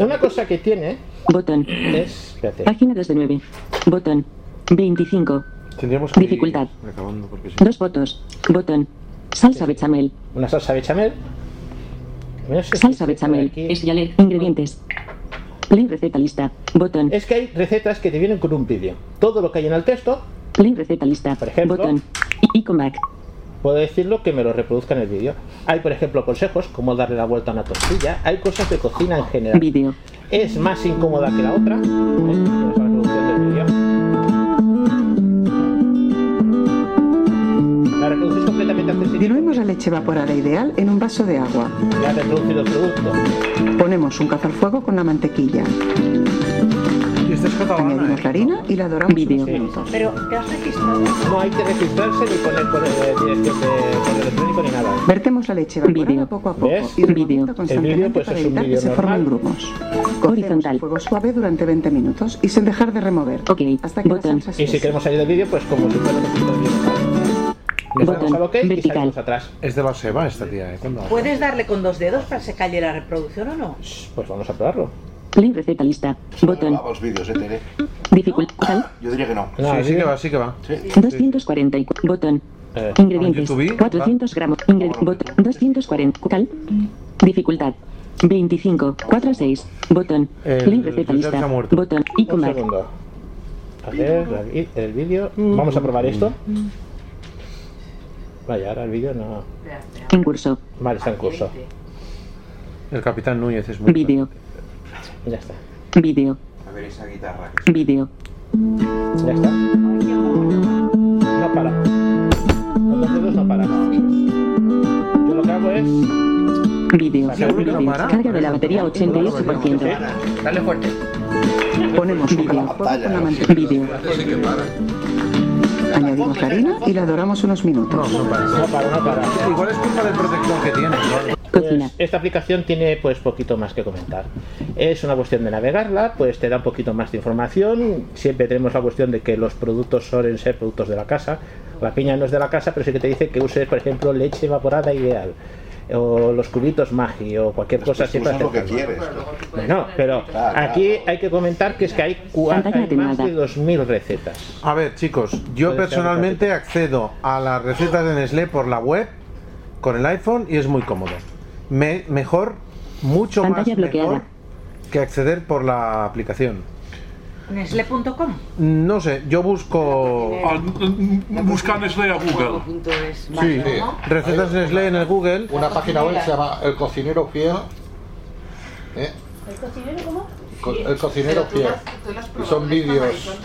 [SPEAKER 2] Una cosa que tiene
[SPEAKER 4] Botón.
[SPEAKER 2] es. Espérate.
[SPEAKER 4] Página 2 de 9. Botón. 25.
[SPEAKER 3] Tendríamos que ir
[SPEAKER 4] Dificultad.
[SPEAKER 3] acabando porque sí.
[SPEAKER 4] Dos fotos. Botón. Salsa bechamel.
[SPEAKER 2] Una salsa bechamel. No sé si
[SPEAKER 4] Salsa
[SPEAKER 2] se puede
[SPEAKER 4] bechamel.
[SPEAKER 2] aquí.
[SPEAKER 4] Es Ingredientes. Play receta lista. Botón.
[SPEAKER 10] Eh.
[SPEAKER 2] Es que hay recetas que te vienen con un vídeo. Todo lo que hay en el texto,
[SPEAKER 4] Play receta lista.
[SPEAKER 2] Por ejemplo.
[SPEAKER 4] Botón. I- Icon back.
[SPEAKER 2] puedo decirlo que me lo reproduzca en el vídeo. Hay, por ejemplo, consejos como darle la vuelta a una tortilla. Hay cosas de cocina en general.
[SPEAKER 4] Video.
[SPEAKER 2] es más incómoda que la otra. ¿eh? Pero es la reproducción del vídeo. La reproducción es completamente accesible.
[SPEAKER 10] Diluimos la leche evaporada ideal en un vaso de agua.
[SPEAKER 2] Ya reproduce los productos.
[SPEAKER 10] Ponemos un cazalfuego con la mantequilla.
[SPEAKER 3] Y esta es catalana,
[SPEAKER 10] Añadimos la
[SPEAKER 3] ¿eh?
[SPEAKER 10] harina y la doramos
[SPEAKER 4] Vídeo.
[SPEAKER 10] unos minutos.
[SPEAKER 2] No hay que registrarse ni poner por dirección de correo electrónico ni nada.
[SPEAKER 10] Vertemos la leche evaporada
[SPEAKER 4] Vídeo.
[SPEAKER 10] poco a poco
[SPEAKER 2] ¿Ves?
[SPEAKER 10] y removida
[SPEAKER 4] Vídeo.
[SPEAKER 10] constantemente
[SPEAKER 2] El vídeo, pues,
[SPEAKER 10] para
[SPEAKER 2] es un
[SPEAKER 10] evitar
[SPEAKER 2] vídeo
[SPEAKER 10] que se formen
[SPEAKER 2] normal.
[SPEAKER 10] grumos. Cocemos
[SPEAKER 4] Horizontal.
[SPEAKER 10] a fuego suave durante 20 minutos y sin dejar de remover.
[SPEAKER 4] Ok.
[SPEAKER 10] Hasta que la
[SPEAKER 4] Botón.
[SPEAKER 10] salsa se
[SPEAKER 2] Y si queremos salir del vídeo, pues como si fuera un poquito de vídeo. Le damos
[SPEAKER 4] Botón.
[SPEAKER 2] al OK y
[SPEAKER 4] Vertical.
[SPEAKER 2] salimos atrás.
[SPEAKER 3] Es de la Seba esta tía, ¿eh? ¿Cuándo?
[SPEAKER 11] ¿Puedes darle con dos dedos para que se calle la reproducción o no?
[SPEAKER 2] Pues vamos a probarlo.
[SPEAKER 4] Play receta lista. Botón.
[SPEAKER 5] los vídeos, eh, Tere.
[SPEAKER 4] Dificultad.
[SPEAKER 5] Yo diría que no.
[SPEAKER 2] No,
[SPEAKER 3] sí, sí
[SPEAKER 2] el
[SPEAKER 3] que
[SPEAKER 2] vídeo-
[SPEAKER 3] va, Ah, sí que va.
[SPEAKER 4] 244. Botón.
[SPEAKER 2] eh,
[SPEAKER 4] Ingredientes.
[SPEAKER 3] YouTube, Ah. ¿va?
[SPEAKER 4] 400 gramos. Ingredientes. Botón. 240. Cal. Dificultad. 25. 4 6. Botón.
[SPEAKER 3] El
[SPEAKER 4] Play receta
[SPEAKER 3] Twitter se ha
[SPEAKER 4] lista.
[SPEAKER 3] muerto.
[SPEAKER 4] Botón. Y
[SPEAKER 2] un
[SPEAKER 4] combate.
[SPEAKER 2] segundo. Hacer la vi- el vídeo.
[SPEAKER 3] Mm.
[SPEAKER 2] Vamos a probar esto. Vaya, ahora el vídeo no.
[SPEAKER 4] En curso.
[SPEAKER 2] Vale, está en curso.
[SPEAKER 3] El Capitán Núñez es muy...
[SPEAKER 4] Vídeo.
[SPEAKER 2] Ya está.
[SPEAKER 4] Vídeo.
[SPEAKER 5] A ver esa guitarra.
[SPEAKER 4] Vídeo.
[SPEAKER 2] Ya está. No para. Con los dedos no para. Yo lo que hago es.
[SPEAKER 4] Vídeo.
[SPEAKER 3] ¿Seguro que no para?
[SPEAKER 4] Carga de la batería 88%.
[SPEAKER 2] ¿sí?
[SPEAKER 6] Dale fuerte.
[SPEAKER 10] Ponemos un
[SPEAKER 4] Vídeo.
[SPEAKER 10] cazalfuego con la
[SPEAKER 4] Vídeo.
[SPEAKER 10] mantequilla.
[SPEAKER 5] Entonces sí que para.
[SPEAKER 10] Añadimos la harina y la doramos unos
[SPEAKER 3] No,
[SPEAKER 10] minutos.
[SPEAKER 3] no para.
[SPEAKER 2] No para, no para.
[SPEAKER 3] Igual es culpa del protector que tiene.
[SPEAKER 4] Cocina.
[SPEAKER 2] Pues, esta aplicación tiene pues poquito más que comentar. Es una cuestión de navegarla, pues te da un poquito más de información. Siempre tenemos la cuestión de que los productos suelen ser productos de la casa. La piña no es de la casa, pero sí que te dice que uses, por ejemplo, leche evaporada ideal. O los cubitos magi o cualquier cosa
[SPEAKER 5] Pues tú
[SPEAKER 2] así
[SPEAKER 5] usas lo que
[SPEAKER 2] acercarlo.
[SPEAKER 5] quieres.
[SPEAKER 2] Bueno, pero
[SPEAKER 5] Claro,
[SPEAKER 2] aquí
[SPEAKER 5] claro.
[SPEAKER 2] hay que comentar que es que hay, cua-
[SPEAKER 4] Pantalla
[SPEAKER 2] hay más de
[SPEAKER 4] atenuada.
[SPEAKER 2] 2.000 recetas.
[SPEAKER 3] A ver, chicos,
[SPEAKER 2] Puede
[SPEAKER 3] yo
[SPEAKER 2] ser
[SPEAKER 3] personalmente accedo a las recetas de Nestlé por la web con el iPhone y es muy cómodo. Me- mejor, mucho
[SPEAKER 4] Pantalla
[SPEAKER 3] más mejor
[SPEAKER 4] bloqueada.
[SPEAKER 3] que acceder por la aplicación.
[SPEAKER 11] Nestle.com.
[SPEAKER 3] No sé, yo busco
[SPEAKER 9] Ah, n- n- Busca Nestlé a Google.
[SPEAKER 10] mm,
[SPEAKER 7] Sí, sí.
[SPEAKER 3] recetas Nestlé en el Google.
[SPEAKER 7] eh, Una página web que se llama El Cocinero Fiel. ¿eh? Co- El Cocinero Fiel. Y son vídeos.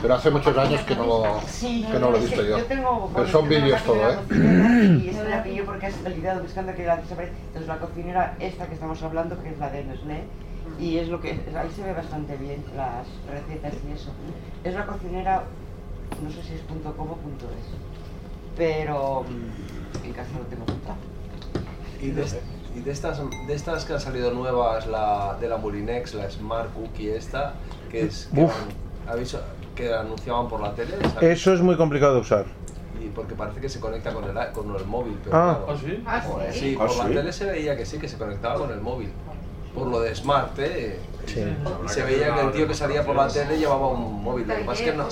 [SPEAKER 7] Pero hace muchos años que no lo, que no lo he visto yo. Pero son vídeos todo, ¿eh?
[SPEAKER 11] Y esto la pillo porque has olvidado buscando que la desaparece. Entonces la cocinera esta que estamos hablando, que es la de Nestlé, y es lo que ahí se ve bastante bien las recetas y eso. Es la cocinera, no sé si es punto com o punto es, pero mm, en casa lo tengo montado.
[SPEAKER 5] Y de, y de estas de estas que han salido nuevas, la de la Molinex, la Smart Cookie esta, que es que,
[SPEAKER 3] Uf. Eh.
[SPEAKER 5] han- habéis- que anunciaban por la tele, ¿sabes?
[SPEAKER 3] Eso es muy complicado de usar.
[SPEAKER 5] y porque parece que se conecta con el, con el móvil, pero
[SPEAKER 3] Ah.
[SPEAKER 5] claro.
[SPEAKER 8] ¿Ah, sí?
[SPEAKER 5] Joder, Ah, sí, por la tele se veía que sí, que se conectaba con el móvil. Por lo de Smart, ¿eh? Y se veía que el tío que salía por la tele llevaba un móvil. Lo que pasa es que no.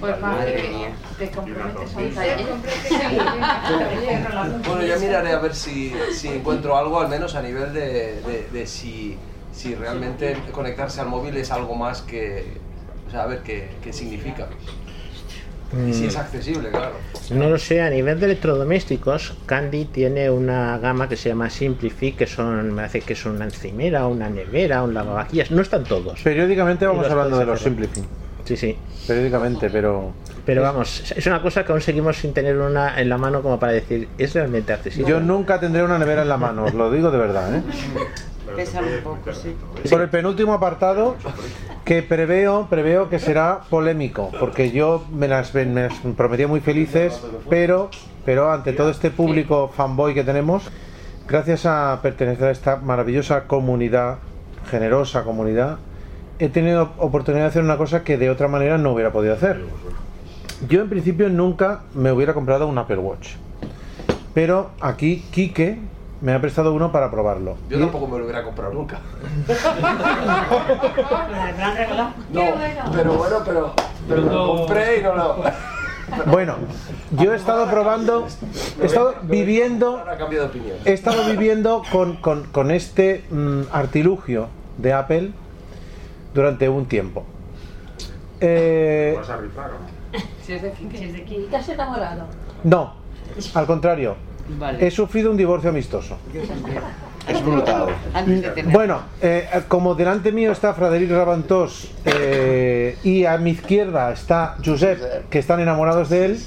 [SPEAKER 10] Pues
[SPEAKER 5] Madre mía.
[SPEAKER 10] te comprometes
[SPEAKER 5] Bueno, yo miraré a ver si, si encuentro algo, al menos a nivel de, de- de si, si realmente conectarse al móvil es algo más que. O sea, a ver qué, qué significa. Y si
[SPEAKER 12] Mm.
[SPEAKER 5] es accesible, claro.
[SPEAKER 2] No lo sé, a nivel de electrodomésticos, Candy tiene una gama que se llama Simplify, que son, me hace que son una encimera, una nevera, un lavavajillas, no están todos.
[SPEAKER 3] Periódicamente
[SPEAKER 2] Y
[SPEAKER 3] vamos
[SPEAKER 2] los
[SPEAKER 3] hablando de
[SPEAKER 2] puedes
[SPEAKER 3] los
[SPEAKER 2] hacer.
[SPEAKER 3] Simplify.
[SPEAKER 2] Sí, sí.
[SPEAKER 3] Periódicamente, pero.
[SPEAKER 2] Pero vamos, es una cosa que aún seguimos sin tener una en la mano como para decir, es realmente accesible.
[SPEAKER 3] Yo nunca tendré una nevera en la mano, os lo digo de verdad, ¿eh?
[SPEAKER 11] Pesan un poco, sí.
[SPEAKER 3] Por el penúltimo apartado, que preveo, preveo que será polémico, porque yo me las, me las prometía muy felices, pero, pero ante todo este público fanboy que tenemos, gracias a pertenecer a esta maravillosa comunidad, generosa comunidad, he tenido oportunidad de hacer una cosa que de otra manera no hubiera podido hacer. Yo en principio nunca me hubiera comprado un Apple Watch, pero aquí Quique me ha prestado uno para probarlo.
[SPEAKER 5] Yo tampoco me lo hubiera comprado nunca.
[SPEAKER 11] Qué
[SPEAKER 5] No,
[SPEAKER 4] Ah.
[SPEAKER 11] bueno.
[SPEAKER 5] pero bueno, pero, pero lo compré y no lo.
[SPEAKER 3] Bueno, yo he estado probando, he estado viviendo,
[SPEAKER 5] Ahora cambio de opinión.
[SPEAKER 3] he estado viviendo con, con- con este mm, artilugio de Apple durante un tiempo. Eh,
[SPEAKER 13] ¿Vas a rifar o no? Si es de Kiki. Si es de Kiki. ¿Te has enamorado?
[SPEAKER 3] no, al contrario,
[SPEAKER 13] Vale.
[SPEAKER 3] he sufrido un divorcio amistoso.
[SPEAKER 6] Es brutal.
[SPEAKER 13] Antes de tener.
[SPEAKER 3] Bueno, eh, como delante mío está Fraderic Rabantós eh, y a mi izquierda está Josep, que están enamorados de él,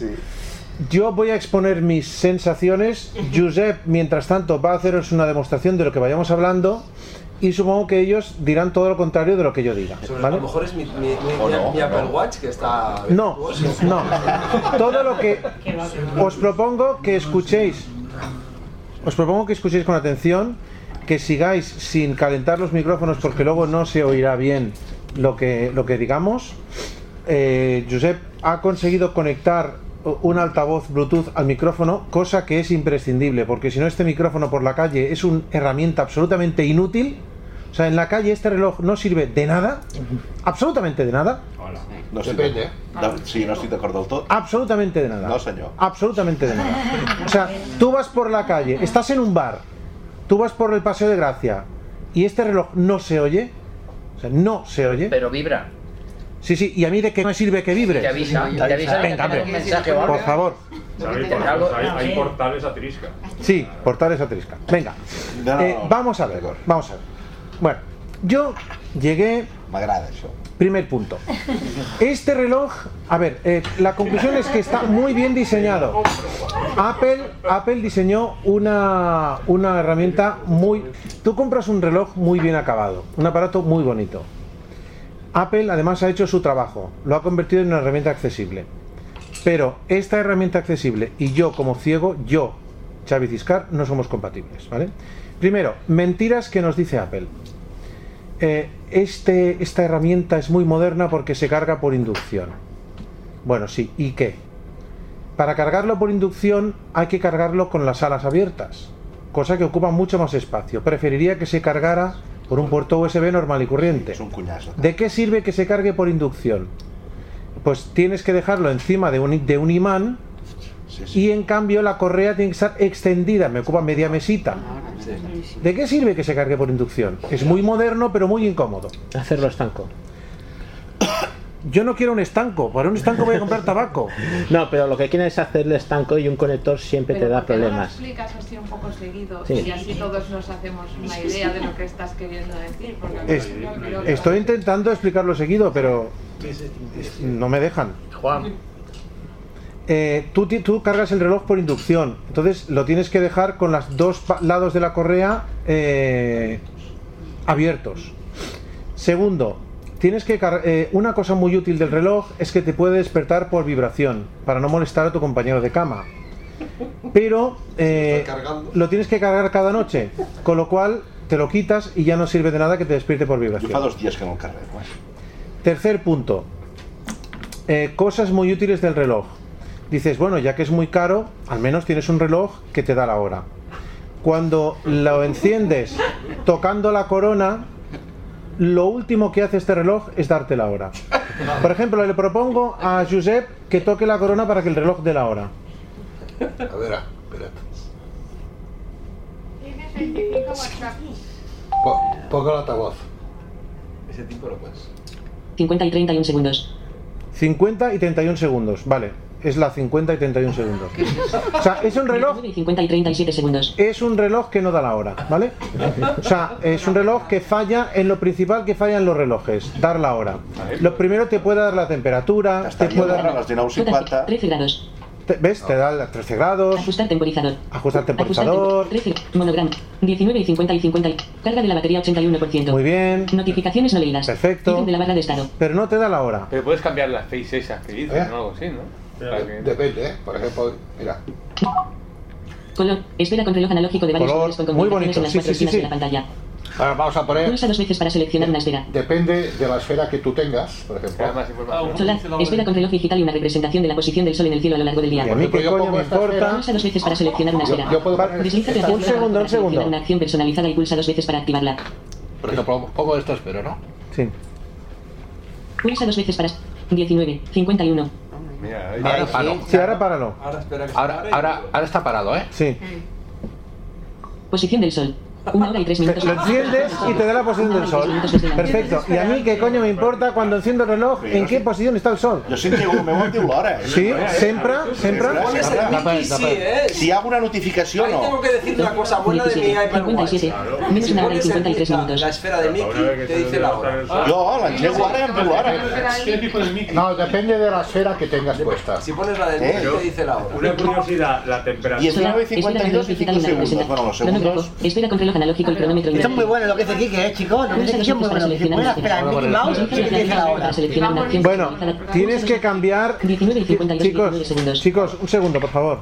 [SPEAKER 3] yo voy a exponer mis sensaciones. Josep, mientras tanto, va a haceros una demostración de lo que vayamos hablando y supongo que ellos dirán todo lo contrario de lo que yo diga.
[SPEAKER 5] Sobre- A
[SPEAKER 3] ¿vale?
[SPEAKER 5] lo mejor es mi, mi, mi-
[SPEAKER 3] O
[SPEAKER 5] mi-
[SPEAKER 3] no,
[SPEAKER 5] mi Apple
[SPEAKER 3] no.
[SPEAKER 5] Watch que está.
[SPEAKER 3] No, no. Todo lo que os propongo que escuchéis, os propongo que escuchéis con atención, que sigáis sin calentar los micrófonos porque luego no se oirá bien lo que lo que digamos. Eh, Josep ha conseguido conectar un altavoz Bluetooth al micrófono, cosa que es imprescindible, porque si no este micrófono por la calle es una herramienta absolutamente inútil. O sea, en la calle este reloj no sirve de nada, absolutamente de nada.
[SPEAKER 12] No estic
[SPEAKER 3] Depèn,
[SPEAKER 12] d'acord. De- Sí, no estic d'acord del tot.
[SPEAKER 3] Absolutamente de nada.
[SPEAKER 12] No, senyor.
[SPEAKER 3] Absolutamente de nada. O sea, tú vas por la calle, estás en un bar, tú vas por el Paseo de Gracia y este reloj no se oye. O sea, no se oye. Pero vibra. Sí, sí, y a mí de qué me sirve que vibre.
[SPEAKER 14] Te avisa, te avisa que
[SPEAKER 3] Venga, hombre,
[SPEAKER 14] tienes un mensaje o algo.
[SPEAKER 3] por favor.
[SPEAKER 14] Porque
[SPEAKER 12] por-
[SPEAKER 14] algo-
[SPEAKER 12] hay- hay por-
[SPEAKER 13] Portales a Trisca.
[SPEAKER 3] Sí, portar esa trisca. Venga,
[SPEAKER 12] No.
[SPEAKER 3] Eh, vamos a ver, vamos a ver. Bueno, yo llegué...
[SPEAKER 12] M'agrada això.
[SPEAKER 3] Primer punto. Este reloj, a ver, eh, la conclusión es que está muy bien diseñado. Apple, Apple diseñó una, una herramienta muy... Tú compras un reloj muy bien acabado, un aparato muy bonito. Apple además ha hecho su trabajo, lo ha convertido en una herramienta accesible. Pero esta herramienta accesible y yo como ciego, yo, Xavi Ciscar, no somos compatibles, ¿vale? Primero, mentiras que nos dice Apple. Eh, este, esta herramienta es muy moderna porque se carga por inducción. Bueno, sí, ¿y qué? Para cargarlo por inducción hay que cargarlo con las alas abiertas, cosa que ocupa mucho más espacio. Preferiría que se cargara por un puerto USB normal y corriente.
[SPEAKER 12] És un cunyazo.
[SPEAKER 3] ¿De qué sirve que se cargue por inducción? Pues tienes que dejarlo encima de un, de un imán y en cambio la correa tiene que estar extendida, me ocupa media mesita. ¿De qué sirve que se cargue por inducción? Es muy moderno pero muy incómodo.
[SPEAKER 2] Hacerlo estanco.
[SPEAKER 3] Yo no quiero un estanco, para un estanco voy a comprar tabaco.
[SPEAKER 2] No, pero lo que quieren es hacerle estanco y un conector siempre
[SPEAKER 10] Pero
[SPEAKER 2] te da
[SPEAKER 10] ¿por qué no lo
[SPEAKER 2] problemas.
[SPEAKER 10] explicas así un poco seguido
[SPEAKER 2] Sí.
[SPEAKER 10] y así todos nos hacemos una idea de lo que estás queriendo decir. Porque al
[SPEAKER 3] Es-
[SPEAKER 10] final creo que-
[SPEAKER 3] estoy intentando explicarlo seguido, pero es- no me dejan.
[SPEAKER 14] Juan.
[SPEAKER 3] Eh, tú, ti- tú cargas el reloj por inducción, entonces lo tienes que dejar con los dos pa- lados de la correa eh, abiertos. Segundo, tienes que car- eh, una cosa muy útil del reloj es que te puede despertar por vibración para no molestar a tu compañero de cama. Pero eh, lo tienes que cargar cada noche, con lo cual te lo quitas y ya no sirve de nada que te despierte por
[SPEAKER 12] Jo fa
[SPEAKER 3] vibración.
[SPEAKER 12] dos dies que no el carrego. Eh?
[SPEAKER 3] Tercer punto. Eh, cosas muy útiles del reloj. Dices, bueno, ya que es muy caro, al menos tienes un reloj que te da la hora. Cuando lo enciendes tocando la corona, lo último que hace este reloj es darte la hora. Por ejemplo, le propongo a Josep que toque la corona para que el reloj dé la hora.
[SPEAKER 7] A veure, espera't. Po- Poca l'altavoz.
[SPEAKER 5] Ese tipo lo puedes.
[SPEAKER 4] 50 y 31 segundos.
[SPEAKER 3] 50 y 31 segundos, vale. es la 50 y 31 segundos. O sea, es un reloj.
[SPEAKER 4] 50 y 37 segundos.
[SPEAKER 3] Es un reloj que no da la hora, ¿vale? O sea, es un reloj que falla en lo principal que falla en los relojes, dar la hora. Lo primero te puede dar la temperatura, te puede dar.
[SPEAKER 12] las de Nausi
[SPEAKER 4] Total, 13 grados.
[SPEAKER 3] te- ¿Ves? Te da las 13 grados,
[SPEAKER 4] Ajustar temporizador.
[SPEAKER 3] ajustar el
[SPEAKER 4] Ajustar tempo-
[SPEAKER 3] temporizador.
[SPEAKER 4] 13. Monograma. 19 y 50 y 50. y- Carga de la batería 81%.
[SPEAKER 3] Muy bien.
[SPEAKER 4] Notificaciones no leídas.
[SPEAKER 3] Perfecto.
[SPEAKER 4] Ítem de la barra de estado.
[SPEAKER 3] Pero no te da la hora.
[SPEAKER 15] Pero puedes cambiar las face esas que dices,
[SPEAKER 3] ¿Eh?
[SPEAKER 15] ¿no? Algo así, ¿no? Para que-
[SPEAKER 7] Depende, ¿eh? Por ejemplo, mira.
[SPEAKER 4] Color. Espera con reloj analógico de varios
[SPEAKER 7] Color.
[SPEAKER 4] colores con
[SPEAKER 7] Muy
[SPEAKER 4] combinaciones
[SPEAKER 7] bonito.
[SPEAKER 4] en las
[SPEAKER 7] Sí,
[SPEAKER 4] cuatro
[SPEAKER 7] sí, sí,
[SPEAKER 4] esquinas
[SPEAKER 7] sí.
[SPEAKER 4] de la pantalla.
[SPEAKER 7] Ahora vamos a poner.
[SPEAKER 4] Pulsa dos veces para seleccionar una esfera.
[SPEAKER 7] Depende de la esfera que tú tengas, por ejemplo.
[SPEAKER 4] Solar. Espera con reloj digital y una representación de la posición del sol en el cielo a lo largo del día.
[SPEAKER 7] ¿Y a mí qué Yo coño pongo me esta importa? esfera.
[SPEAKER 4] Pulsa dos veces para seleccionar una
[SPEAKER 7] Yo-
[SPEAKER 4] esfera.
[SPEAKER 7] yo puedo poner
[SPEAKER 4] Deslízate
[SPEAKER 7] esta-
[SPEAKER 4] hacia
[SPEAKER 7] Un
[SPEAKER 4] arriba
[SPEAKER 7] segundo,
[SPEAKER 4] para
[SPEAKER 7] un segundo.
[SPEAKER 4] seleccionar una acción personalizada y pulsa dos veces para activarla.
[SPEAKER 7] Por ejemplo, pongo esta esfera, ¿no?
[SPEAKER 3] Sí.
[SPEAKER 4] Pulsa dos veces para 19, 51.
[SPEAKER 7] Mira,
[SPEAKER 4] ahí-
[SPEAKER 7] ahora
[SPEAKER 4] ahí
[SPEAKER 7] paro.
[SPEAKER 4] sí. Sí,
[SPEAKER 3] ahora páralo.
[SPEAKER 5] Ahora espera que
[SPEAKER 7] Ahora, ahora, ahora está parado, ¿eh?
[SPEAKER 3] Sí.
[SPEAKER 4] Posición del sol. Una hora y tres minutos.
[SPEAKER 3] Lo enciendes y te da la posición del sol. Perfecto. ¿Y a mí qué coño me importa cuando enciendo el reloj en qué posición está el sol?
[SPEAKER 12] Jo sempre ho meu diu l'hora. eh?
[SPEAKER 3] Sí, sempre, sempre.
[SPEAKER 12] Si hi ha alguna notificació,
[SPEAKER 5] eh. Ahí tengo
[SPEAKER 12] no.
[SPEAKER 5] que decirte una cosa buena de mi iPad Watch.
[SPEAKER 4] 57. Menos
[SPEAKER 5] Si
[SPEAKER 4] una hora y
[SPEAKER 5] pones en
[SPEAKER 4] 53
[SPEAKER 5] la-
[SPEAKER 4] minutos.
[SPEAKER 5] La esfera de Mickey te dice la hora.
[SPEAKER 7] Yo, la llevo ahora en tu hora.
[SPEAKER 12] ¿eh?
[SPEAKER 5] hora.
[SPEAKER 7] No, depende de la esfera que tengas puesta.
[SPEAKER 5] Si pones la del
[SPEAKER 7] ¿Eh?
[SPEAKER 5] Mickey te dice la hora.
[SPEAKER 14] Una curiosidad, la temperatura.
[SPEAKER 4] Espera con reloj digital y una representación. Cronógrafo. Espera con reloj analógico y cronómetro.
[SPEAKER 16] Esto es muy bueno lo que dice Kike, eh, chicos. Lo que dice Kike es muy bueno. Si puedes esperar a Mickey Mouse, sí que es la hora.
[SPEAKER 3] Bueno, tienes que cambiar. Chicos, chicos, un segundo, por favor.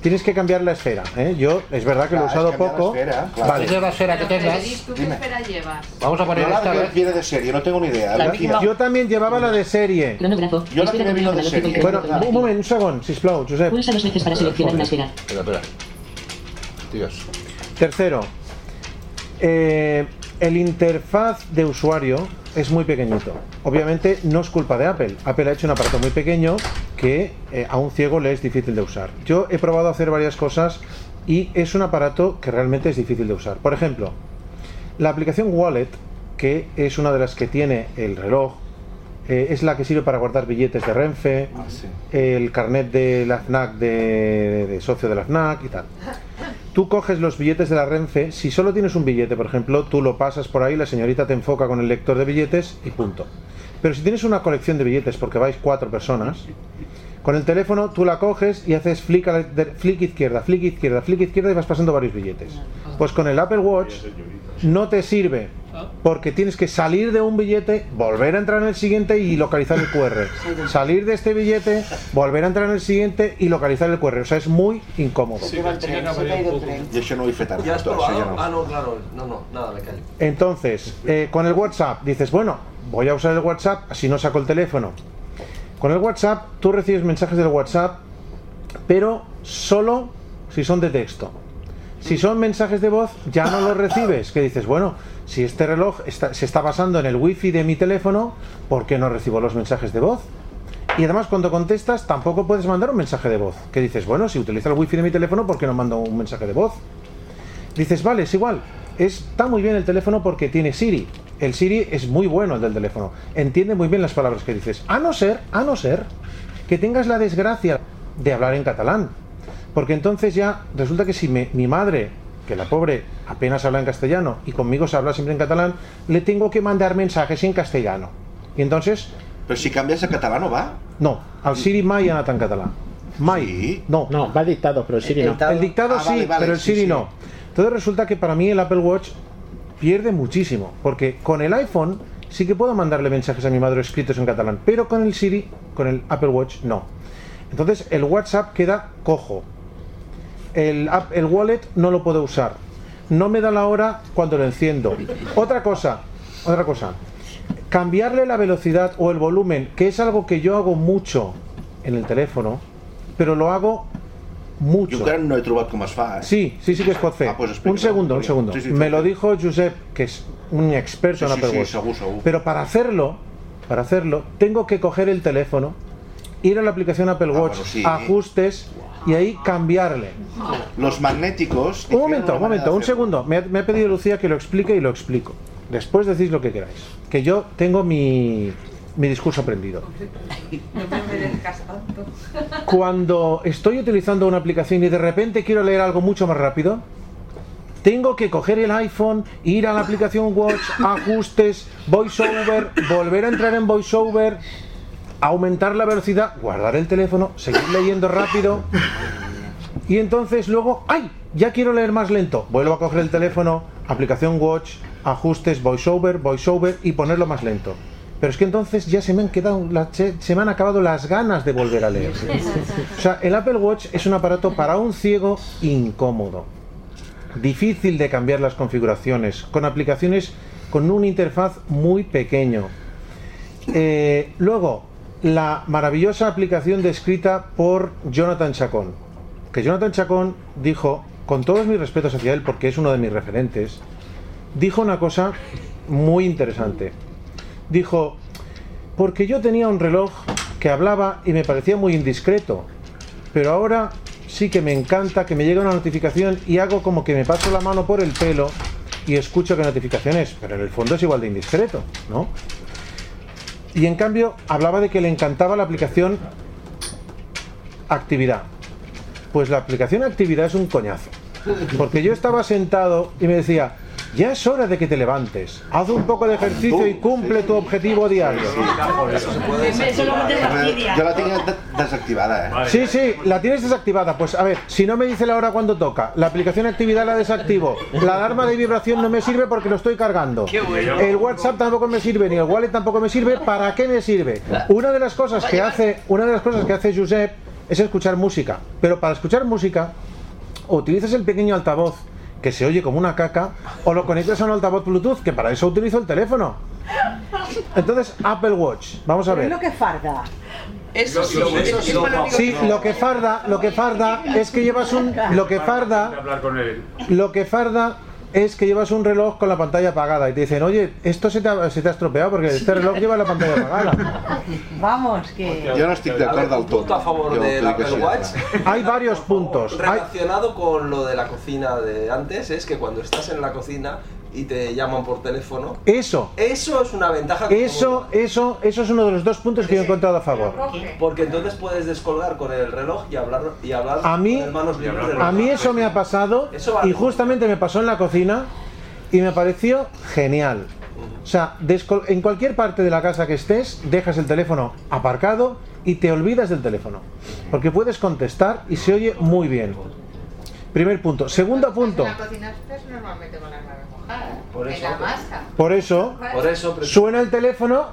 [SPEAKER 3] Tienes que cambiar la esfera. ¿eh? Yo, es verdad que lo he
[SPEAKER 12] Claro,
[SPEAKER 3] usado
[SPEAKER 12] es cambiar la
[SPEAKER 3] poco.
[SPEAKER 12] esfera, claro.
[SPEAKER 3] Vale.
[SPEAKER 12] Depende de la esfera que
[SPEAKER 10] Freddy,
[SPEAKER 12] tengas.
[SPEAKER 10] ¿tú qué esfera llevas?
[SPEAKER 7] Vamos a poner
[SPEAKER 12] no
[SPEAKER 7] esta,
[SPEAKER 12] la que
[SPEAKER 7] ¿eh?
[SPEAKER 12] viene de serie, no tengo ni idea. Ahora sí,
[SPEAKER 3] Yo también llevaba la de serie.
[SPEAKER 4] Cronógrafo.
[SPEAKER 12] Yo la que me vino de serie.
[SPEAKER 3] Bueno, un momento, un segundo, sisplau, Josep.
[SPEAKER 4] Pulsa dos veces para seleccionar una esfera.
[SPEAKER 7] Espera, espera. Dios.
[SPEAKER 3] Tercero, eh, el interfaz de usuario es muy pequeñito. Obviamente no es culpa de Apple. Apple ha hecho un aparato muy pequeño que eh, a un ciego le es difícil de usar. Yo he probado a hacer varias cosas y es un aparato que realmente es difícil de usar. Por ejemplo, la aplicación Wallet, que es una de las que tiene el reloj, eh, es la que sirve para guardar billetes de Renfe, el carnet de la FNAC de, de socio de la FNAC y tal. Tú coges los billetes de la Renfe, si solo tienes un billete, por ejemplo, tú lo pasas por ahí, la señorita te enfoca con el lector de billetes y punto. Pero si tienes una colección de billetes, porque vais cuatro personas, con el teléfono tú la coges y haces flick, a la- de- flick izquierda, flick izquierda, flick izquierda y vas pasando varios billetes. Pues con el Apple Watch no te sirve, porque tienes que salir de un billete, volver a entrar en el siguiente y localizar el QR. Salir de este billete, volver a entrar en el siguiente y localizar el QR. O sea, es muy incómodo.
[SPEAKER 12] I això no ho he fet ara.
[SPEAKER 5] ¿Ya has
[SPEAKER 12] Això ja
[SPEAKER 5] probado?
[SPEAKER 12] no.
[SPEAKER 5] Ah, no, claro. No, no, nada, me callo.
[SPEAKER 3] Entonces, eh, con el WhatsApp dices, bueno, voy a usar el WhatsApp, así no saco el teléfono. Con el WhatsApp tú recibes mensajes del WhatsApp, pero solo si son de texto. Si son mensajes de voz, ya no los recibes. Que dices, bueno, si este reloj está- se está basando en el wifi de mi teléfono, ¿por qué no recibo los mensajes de voz? Y además cuando contestas tampoco puedes mandar un mensaje de voz. Que dices, bueno, si utiliza el wifi de mi teléfono, ¿por qué no mando un mensaje de voz? Dices, vale, es igual. Está muy bien el teléfono porque tiene Siri. El Siri es muy bueno el del teléfono. Entiende muy bien las palabras que dices. A no ser, a no ser, que tengas la desgracia de hablar en catalán. Porque entonces ya resulta que si me- mi madre, que la pobre apenas habla en castellano y conmigo se habla siempre en catalán, le tengo que mandar mensajes en castellano. Y entonces...
[SPEAKER 12] Però si canvies a català no va?
[SPEAKER 3] No, al Siri mai ha anat en català. Mai. No.
[SPEAKER 2] No, va dictado, pero el Siri no.
[SPEAKER 3] El dictado Ah, sí, pero el Siri no. Entonces resulta que para mí el Apple Watch pierde muchísimo, porque con el iPhone sí que puedo mandarle mensajes a mi madre escritos en catalán, pero con el Siri, con el Apple Watch no. Entonces el WhatsApp queda cojo. El, app- el wallet no lo puedo usar. No me da la hora cuando lo enciendo. Otra cosa, otra cosa. Cambiarle la velocidad o el volumen, que es algo que yo hago mucho en el teléfono, pero lo hago mucho.
[SPEAKER 12] Jo encara no he trobat com es fa, eh?
[SPEAKER 3] Sí, sí, sí que es pot fer.
[SPEAKER 12] pues
[SPEAKER 3] un segundo, un segundo.
[SPEAKER 12] Sí, sí,
[SPEAKER 3] Me lo dijo Josep, que es un experto
[SPEAKER 12] Sí,
[SPEAKER 3] en
[SPEAKER 12] sí,
[SPEAKER 3] Apple
[SPEAKER 12] sí,
[SPEAKER 3] Watch.
[SPEAKER 12] segur, segur.
[SPEAKER 3] Pero para hacerlo, para hacerlo, tengo que coger el teléfono, ir a la aplicación Apple Watch,
[SPEAKER 12] Ah, sí.
[SPEAKER 3] ajustes y ahí cambiarle.
[SPEAKER 12] Los magnéticos...
[SPEAKER 3] Un momento, un momento, un segundo. Me ha, me ha pedido Lucía que lo explique y lo explico. Después decís lo que queráis. Que yo tengo mi, mi discurso aprendido.
[SPEAKER 10] No me merezcas tanto.
[SPEAKER 3] Cuando estoy utilizando una aplicación y de repente quiero leer algo mucho más rápido, tengo que coger el iPhone, ir a la aplicación Watch, ajustes, VoiceOver, volver a entrar en VoiceOver, aumentar la velocidad, guardar el teléfono, seguir leyendo rápido. Y entonces luego, ¡ay! Ya quiero leer más lento. Vuelvo a coger el teléfono, aplicación Watch, ajustes, VoiceOver, VoiceOver y ponerlo más lento. Pero es que entonces ya se me han quedado, la- se, se me han acabado las ganas de volver a leer. O sea, el Apple Watch es un aparato para un ciego incómodo difícil de cambiar las configuraciones, con aplicaciones con una interfaz muy pequeño. Eh, luego, la maravillosa aplicación descrita por Jonathan Chacón, que Jonathan Chacón dijo, con todos mis respetos hacia él, porque es uno de mis referentes, dijo una cosa muy interesante. Dijo, porque yo tenía un reloj que hablaba y me parecía muy indiscreto, pero ahora sí que me encanta que me llegue una notificación y hago como que me paso la mano por el pelo y escucho qué notificación es, pero en el fondo es igual de indiscreto, ¿no? Y en cambio hablaba de que le encantaba la aplicación actividad. Pues la aplicación actividad es un coñazo. Porque yo estaba sentado y me decía, ya es hora de que te levantes, haz un poco de ejercicio y cumple tu objetivo diario.
[SPEAKER 12] Eso se puede desactivar. Yo la tenía de- desactivada, ¿eh?
[SPEAKER 3] Sí, sí, la tienes desactivada. Pues a ver, si no me dice la hora cuando toca, la aplicación actividad la desactivo, la alarma de vibración no me sirve porque lo estoy cargando, el WhatsApp tampoco me sirve ni el Wallet tampoco me sirve. ¿Para qué me sirve? Una de las cosas que hace, una de las cosas que hace Josep es escuchar música, pero para escuchar música o utilizas el pequeño altavoz que se oye como una caca o lo conectas a un altavoz Bluetooth que para eso utilizo el teléfono. Entonces Apple Watch, vamos a
[SPEAKER 17] Pero es
[SPEAKER 3] ver.
[SPEAKER 17] lo que farda.
[SPEAKER 5] Eso sí, eso sí.
[SPEAKER 3] Sí, lo que farda, lo que farda es que llevas un lo que farda,
[SPEAKER 15] hablar con él.
[SPEAKER 3] lo que farda es que llevas un reloj con la pantalla apagada y te dicen, "Oye, esto se te ha, se te ha estropeado porque este reloj lleva la pantalla apagada."
[SPEAKER 17] Vamos, que.
[SPEAKER 12] Jo no estic d'acord del tot.
[SPEAKER 5] Punto a favor
[SPEAKER 12] Jo
[SPEAKER 5] del
[SPEAKER 12] crec que
[SPEAKER 5] Apple
[SPEAKER 12] sí.
[SPEAKER 5] Watch.
[SPEAKER 3] Hay varios puntos.
[SPEAKER 5] Relacionado con lo de la cocina de antes, es que cuando estás en la cocina y te llaman por teléfono,
[SPEAKER 3] Eso,
[SPEAKER 5] eso es una ventaja que
[SPEAKER 3] eso, eso, eso es uno de los dos puntos que yo he encontrado a favor.
[SPEAKER 5] Porque entonces puedes descolgar con el reloj y hablar y hablar
[SPEAKER 3] A mí,
[SPEAKER 5] con el manos libres del
[SPEAKER 3] a mí
[SPEAKER 5] reloj.
[SPEAKER 3] eso me ha pasado y justamente me pasó en la cocina y me pareció genial. O sea, descol- en cualquier parte de la casa que estés, dejas el teléfono aparcado y te olvidas del teléfono. Porque puedes contestar y se oye muy bien. Primer punto. Segundo punto.
[SPEAKER 18] La cocina es normalmente con la mano mojada.
[SPEAKER 5] Por eso.
[SPEAKER 18] En la masa.
[SPEAKER 3] Por eso,
[SPEAKER 5] Por eso, pero-
[SPEAKER 3] suena el teléfono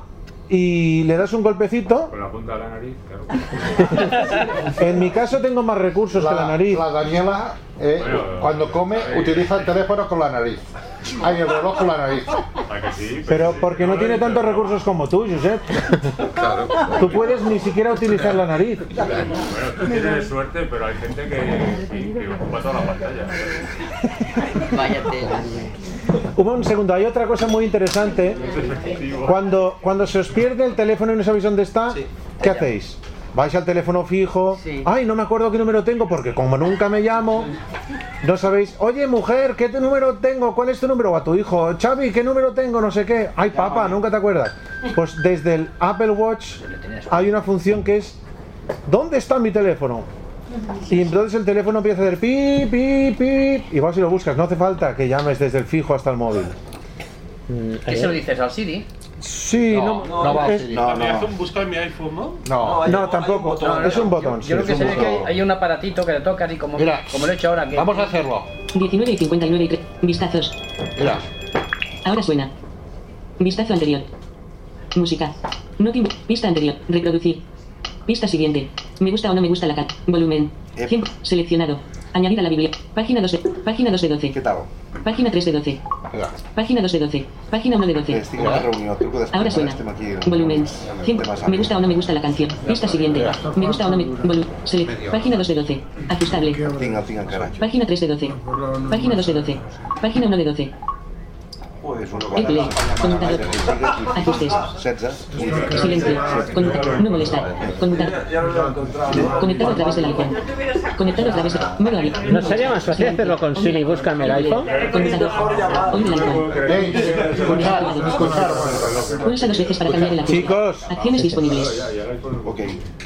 [SPEAKER 3] y le das un golpecito.
[SPEAKER 15] Con la punta de la nariz, claro.
[SPEAKER 3] En mi caso tengo más recursos que la nariz.
[SPEAKER 7] La Daniela, eh, cuando come, utiliza el teléfono con la nariz. Hay el reloj con la nariz.
[SPEAKER 15] Ah,
[SPEAKER 3] Pero porque no tiene tantos recursos como tú, Josep. Tú puedes ni siquiera utilizar la nariz.
[SPEAKER 15] Bueno, tú tienes suerte, pero hay gente que, que- que ocupa toda la pantalla.
[SPEAKER 3] Hubo un segundo, hay otra cosa muy interesante. Cuando, cuando se os pierde el teléfono y no sabéis dónde está, ¿qué hacéis? Vais al teléfono fijo. Ay, no me acuerdo qué número tengo porque como nunca me llamo, no sabéis. Oye, mujer, ¿qué te- número tengo? ¿Cuál es tu número? O a tu hijo. Xavi, ¿qué número tengo? No sé qué. Ay, papá, nunca te acuerdas. Pues desde el Apple Watch hay una función que es ¿dónde está mi teléfono? Y entonces el teléfono empieza a hacer pi, pi, pi, y vas y lo buscas. No hace falta que llames desde el fijo hasta el móvil.
[SPEAKER 19] ¿Qué se lo dices al Siri?
[SPEAKER 3] Sí, no, es-
[SPEAKER 8] Me hace un buscar en mi iPhone, ¿no?
[SPEAKER 3] No,
[SPEAKER 8] hay-
[SPEAKER 3] no,
[SPEAKER 8] hay
[SPEAKER 3] tampoco.
[SPEAKER 8] un botón.
[SPEAKER 3] es un botón. sí,
[SPEAKER 19] Yo creo que
[SPEAKER 3] es
[SPEAKER 19] se
[SPEAKER 3] un
[SPEAKER 19] ve que
[SPEAKER 3] botón.
[SPEAKER 19] hay, hay un aparatito que le tocas y como,
[SPEAKER 3] Mira,
[SPEAKER 19] como lo he hecho ahora. Que,
[SPEAKER 7] vamos a hacerlo.
[SPEAKER 4] 19 y 59 y 3. Vistazos.
[SPEAKER 7] Mira.
[SPEAKER 4] Ahora suena. Vistazo anterior. Música. No te im- Pista anterior. Reproducir. Pista siguiente. Me gusta o no me gusta la cat. Volumen. 100. Seleccionado. Añadir a la Biblia. Página 2 de, página 2 de 12. ¿Qué
[SPEAKER 12] tal?
[SPEAKER 4] Página 3 de 12. Página 2 de 12. Página 1 de 12.
[SPEAKER 12] Estic en una reunió, truco després.
[SPEAKER 4] Ahora suena.
[SPEAKER 12] Estem aquí.
[SPEAKER 4] Volumen.
[SPEAKER 12] amb
[SPEAKER 4] 100.
[SPEAKER 12] temes
[SPEAKER 4] Me gusta o no me gusta la canción. Pista siguiente. Me gusta o no me. Volumen.
[SPEAKER 12] Medio.
[SPEAKER 4] Página 2 de 12. Ajustable.
[SPEAKER 12] El tinc, el tinc encara.
[SPEAKER 4] Página 3 de 12. Página 2 de 12. Página 1 de 12.
[SPEAKER 12] és una
[SPEAKER 4] Tecla.
[SPEAKER 12] bona
[SPEAKER 4] Conmutador. Ajustes.
[SPEAKER 12] 16.
[SPEAKER 4] Silencio. Conmutar. No molestar. Conmutar. Conectado a través del iPhone. Conectado a través de. Modo avión.
[SPEAKER 2] ¿No sería más fácil hacerlo con Siri? Búscame el iPhone.
[SPEAKER 4] Conmutador. On el iPhone. Pulsa dos veces para cambiar el activo.
[SPEAKER 3] Chicos.
[SPEAKER 4] Acciones disponibles.
[SPEAKER 7] Ok.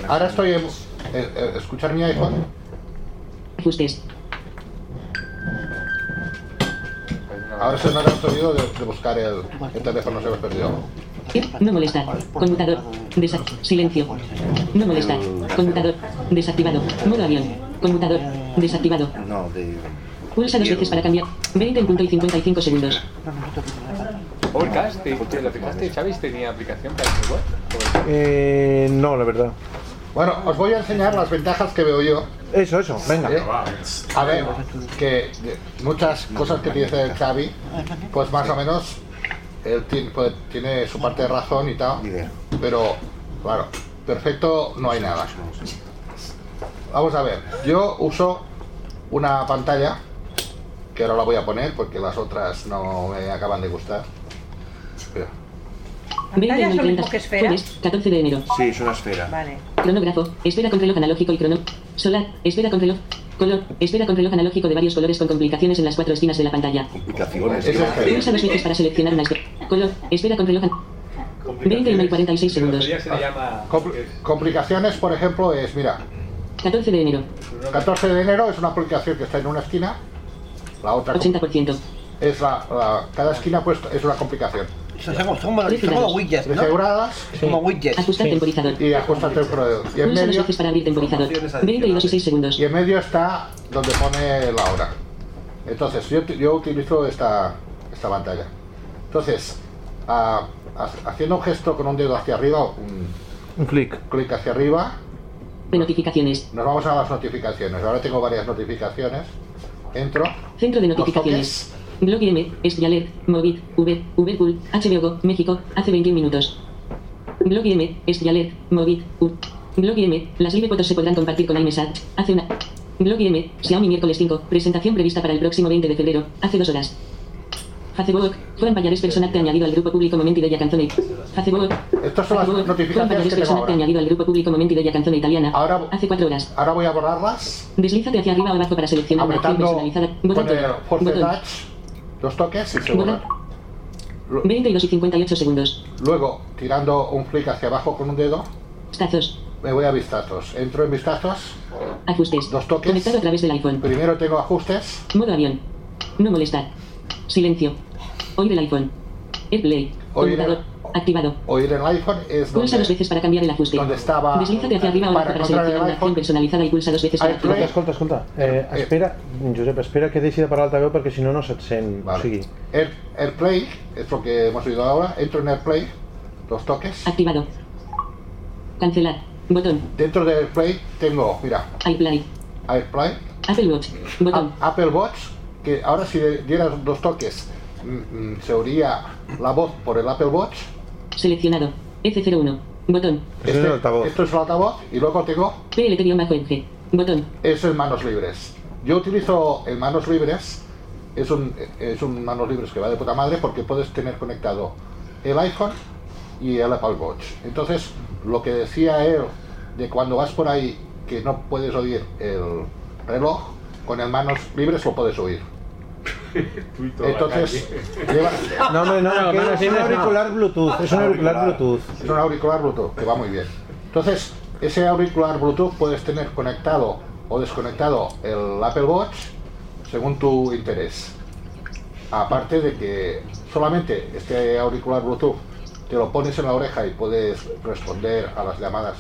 [SPEAKER 7] Ahora estoy en, eh, eh, escuchar mi iPhone.
[SPEAKER 4] Ajustes.
[SPEAKER 7] Ahora sonará el sonido de, de buscar el, el teléfono se me perdió.
[SPEAKER 4] Tip, Eh, No molestar. Conmutador. Desa silencio. No molestar. Conmutador. Desactivado. Modo avión. Conmutador. Desactivado.
[SPEAKER 12] No, de...
[SPEAKER 4] Pulsa dos veces para cambiar. 20 en punto y 55 segundos.
[SPEAKER 20] Overcast, ¿te, te lo fijaste? ¿Chávez tenía aplicación para el web?
[SPEAKER 3] Eh, no, la verdad.
[SPEAKER 7] Bueno, os voy a enseñar las ventajas que veo yo.
[SPEAKER 3] Eso, eso, venga.
[SPEAKER 7] ¿Eh? A ver, que de- muchas cosas que dice el Xavi, pues más o menos él ti- pues, tiene su parte de razón y tal, pero claro, perfecto no hay nada. Vamos a ver, yo uso una pantalla, que ahora la voy a poner porque las otras no me acaban de gustar. Espera.
[SPEAKER 4] 20 en
[SPEAKER 17] son
[SPEAKER 4] 30.
[SPEAKER 17] como que esferas.
[SPEAKER 4] Jueves, 14 de enero.
[SPEAKER 12] Sí, es una esfera.
[SPEAKER 17] Vale.
[SPEAKER 4] Cronógrafo. Espera con reloj analógico y crono. Solar. Espera con reloj. Color. Espera con reloj analógico de varios colores con complicaciones en las cuatro esquinas de la pantalla.
[SPEAKER 12] Complicaciones.
[SPEAKER 7] Esa es genial.
[SPEAKER 4] Pulsa dos veces para seleccionar una esfera. Color. Espera con reloj. an- 20 en 46 segundos.
[SPEAKER 7] Compl- complicaciones, por ejemplo, es, mira,
[SPEAKER 4] 14 de enero.
[SPEAKER 7] 14 de enero es una aplicación que está en una esquina, la otra
[SPEAKER 4] Pues 80%.
[SPEAKER 7] es la, la- cada esquina pues es una complicación.
[SPEAKER 16] Son como, son como- son como widgets, ¿no?
[SPEAKER 7] Configuradas.
[SPEAKER 16] Como widgets.
[SPEAKER 4] Ajusta el temporizador.
[SPEAKER 7] Y ajusta el temporizador. Y
[SPEAKER 4] Pulsa
[SPEAKER 7] en
[SPEAKER 4] dos
[SPEAKER 7] medio,
[SPEAKER 4] veces para abrir temporizador. 22 y 6 segundos.
[SPEAKER 7] y en medio está donde pone la hora. Entonces, yo, ti- yo utilizo esta, esta pantalla. Entonces, ah, ha- haciendo un gesto con un dedo hacia arriba, un
[SPEAKER 3] Un clic.
[SPEAKER 7] clic hacia arriba,
[SPEAKER 4] De notificaciones.
[SPEAKER 7] nos vamos a las notificaciones. Ahora tengo varias notificaciones. Entro.
[SPEAKER 4] Centro de notificaciones. Blog IM, Esquialet, Movit, V, Uberpool, HBO Go, México, hace 21 minutos. Blog IM, Esquialet, Movit, U. Blog IM, las live fotos se podrán compartir con iMessage, hace una. Blog IM, Xiaomi miércoles 5, presentación prevista para el próximo 20 de febrero, hace dos horas. Facebook, Juan Payares Personac te ha añadido al grupo público Momenti Della Canzone. Facebook,
[SPEAKER 7] Estas son las
[SPEAKER 4] Juan
[SPEAKER 7] notificaciones
[SPEAKER 4] Payares
[SPEAKER 7] que tengo
[SPEAKER 4] Personac te ha
[SPEAKER 7] ahora.
[SPEAKER 4] añadido al grupo público Momenti Della Canzone Italiana, hace cuatro horas.
[SPEAKER 7] Ahora voy a borrarlas.
[SPEAKER 4] Deslízate hacia arriba o abajo para seleccionar una acción
[SPEAKER 7] Apretando
[SPEAKER 4] personalizada.
[SPEAKER 7] con
[SPEAKER 4] Botón
[SPEAKER 7] el
[SPEAKER 4] todo.
[SPEAKER 7] force
[SPEAKER 4] Botón.
[SPEAKER 7] touch, los toques y se
[SPEAKER 4] Botón.
[SPEAKER 7] borran.
[SPEAKER 4] 22 y 58 segundos.
[SPEAKER 7] Luego, tirando un clic hacia abajo con un dedo,
[SPEAKER 4] Tazos.
[SPEAKER 7] me voy a vistazos. Entro en vistazos.
[SPEAKER 4] Ajustes.
[SPEAKER 7] Dos toques.
[SPEAKER 4] Conectado a través del iPhone.
[SPEAKER 7] Primero tengo ajustes.
[SPEAKER 4] Modo avión. No molestar. Silencio. Oír el iPhone. AirPlay.
[SPEAKER 7] Oír el-
[SPEAKER 4] Computador. Activado.
[SPEAKER 7] Oír el iPhone es
[SPEAKER 4] Pulsa dos
[SPEAKER 7] donde
[SPEAKER 4] veces para cambiar el ajuste.
[SPEAKER 7] estaba.
[SPEAKER 4] Deslízate hacia arriba o abajo
[SPEAKER 7] para
[SPEAKER 4] para
[SPEAKER 7] encontrar el
[SPEAKER 4] seleccionar una acción personalizada y pulsa dos veces para
[SPEAKER 3] Escolta,
[SPEAKER 4] activar.
[SPEAKER 3] escolta, escolta. Eh, espera, Josep, espera que deixi de parar l'altaveu perquè si no no se't sent. O sigui,
[SPEAKER 7] Air- AirPlay, es lo que hemos oído ahora. Entro en AirPlay, los toques.
[SPEAKER 4] Activado. Cancelar. Botón.
[SPEAKER 7] Dentro de AirPlay tengo, mira,
[SPEAKER 4] iPlay.
[SPEAKER 7] AirPlay,
[SPEAKER 4] Apple Watch. Botón.
[SPEAKER 7] Apple Watch, que ahora si le dieras dos toques mm, mm, se oiría la voz por el Apple Watch.
[SPEAKER 4] Seleccionado. F01. Botón.
[SPEAKER 7] Este- Esto es el altavoz y luego tengo
[SPEAKER 4] PLT-NG. Botón.
[SPEAKER 7] eso en manos libres. Yo utilizo en manos libres, es un, es un manos libres que va de puta madre porque puedes tener conectado el iPhone y el Apple Watch. Entonces, lo que decía él de cuando vas por ahí que no puedes oír el reloj, con el manos libres lo puedes oír. Entonces, lleva-
[SPEAKER 3] No, hombre, no, que es un auricular Bluetooth, es un auricular Bluetooth.
[SPEAKER 7] Es un auricular Bluetooth, que va muy bien. Entonces, ese auricular Bluetooth puedes tener conectado o desconectado el Apple Watch según tu interés. Aparte de que solamente este auricular Bluetooth te lo pones en la oreja y puedes responder a las llamadas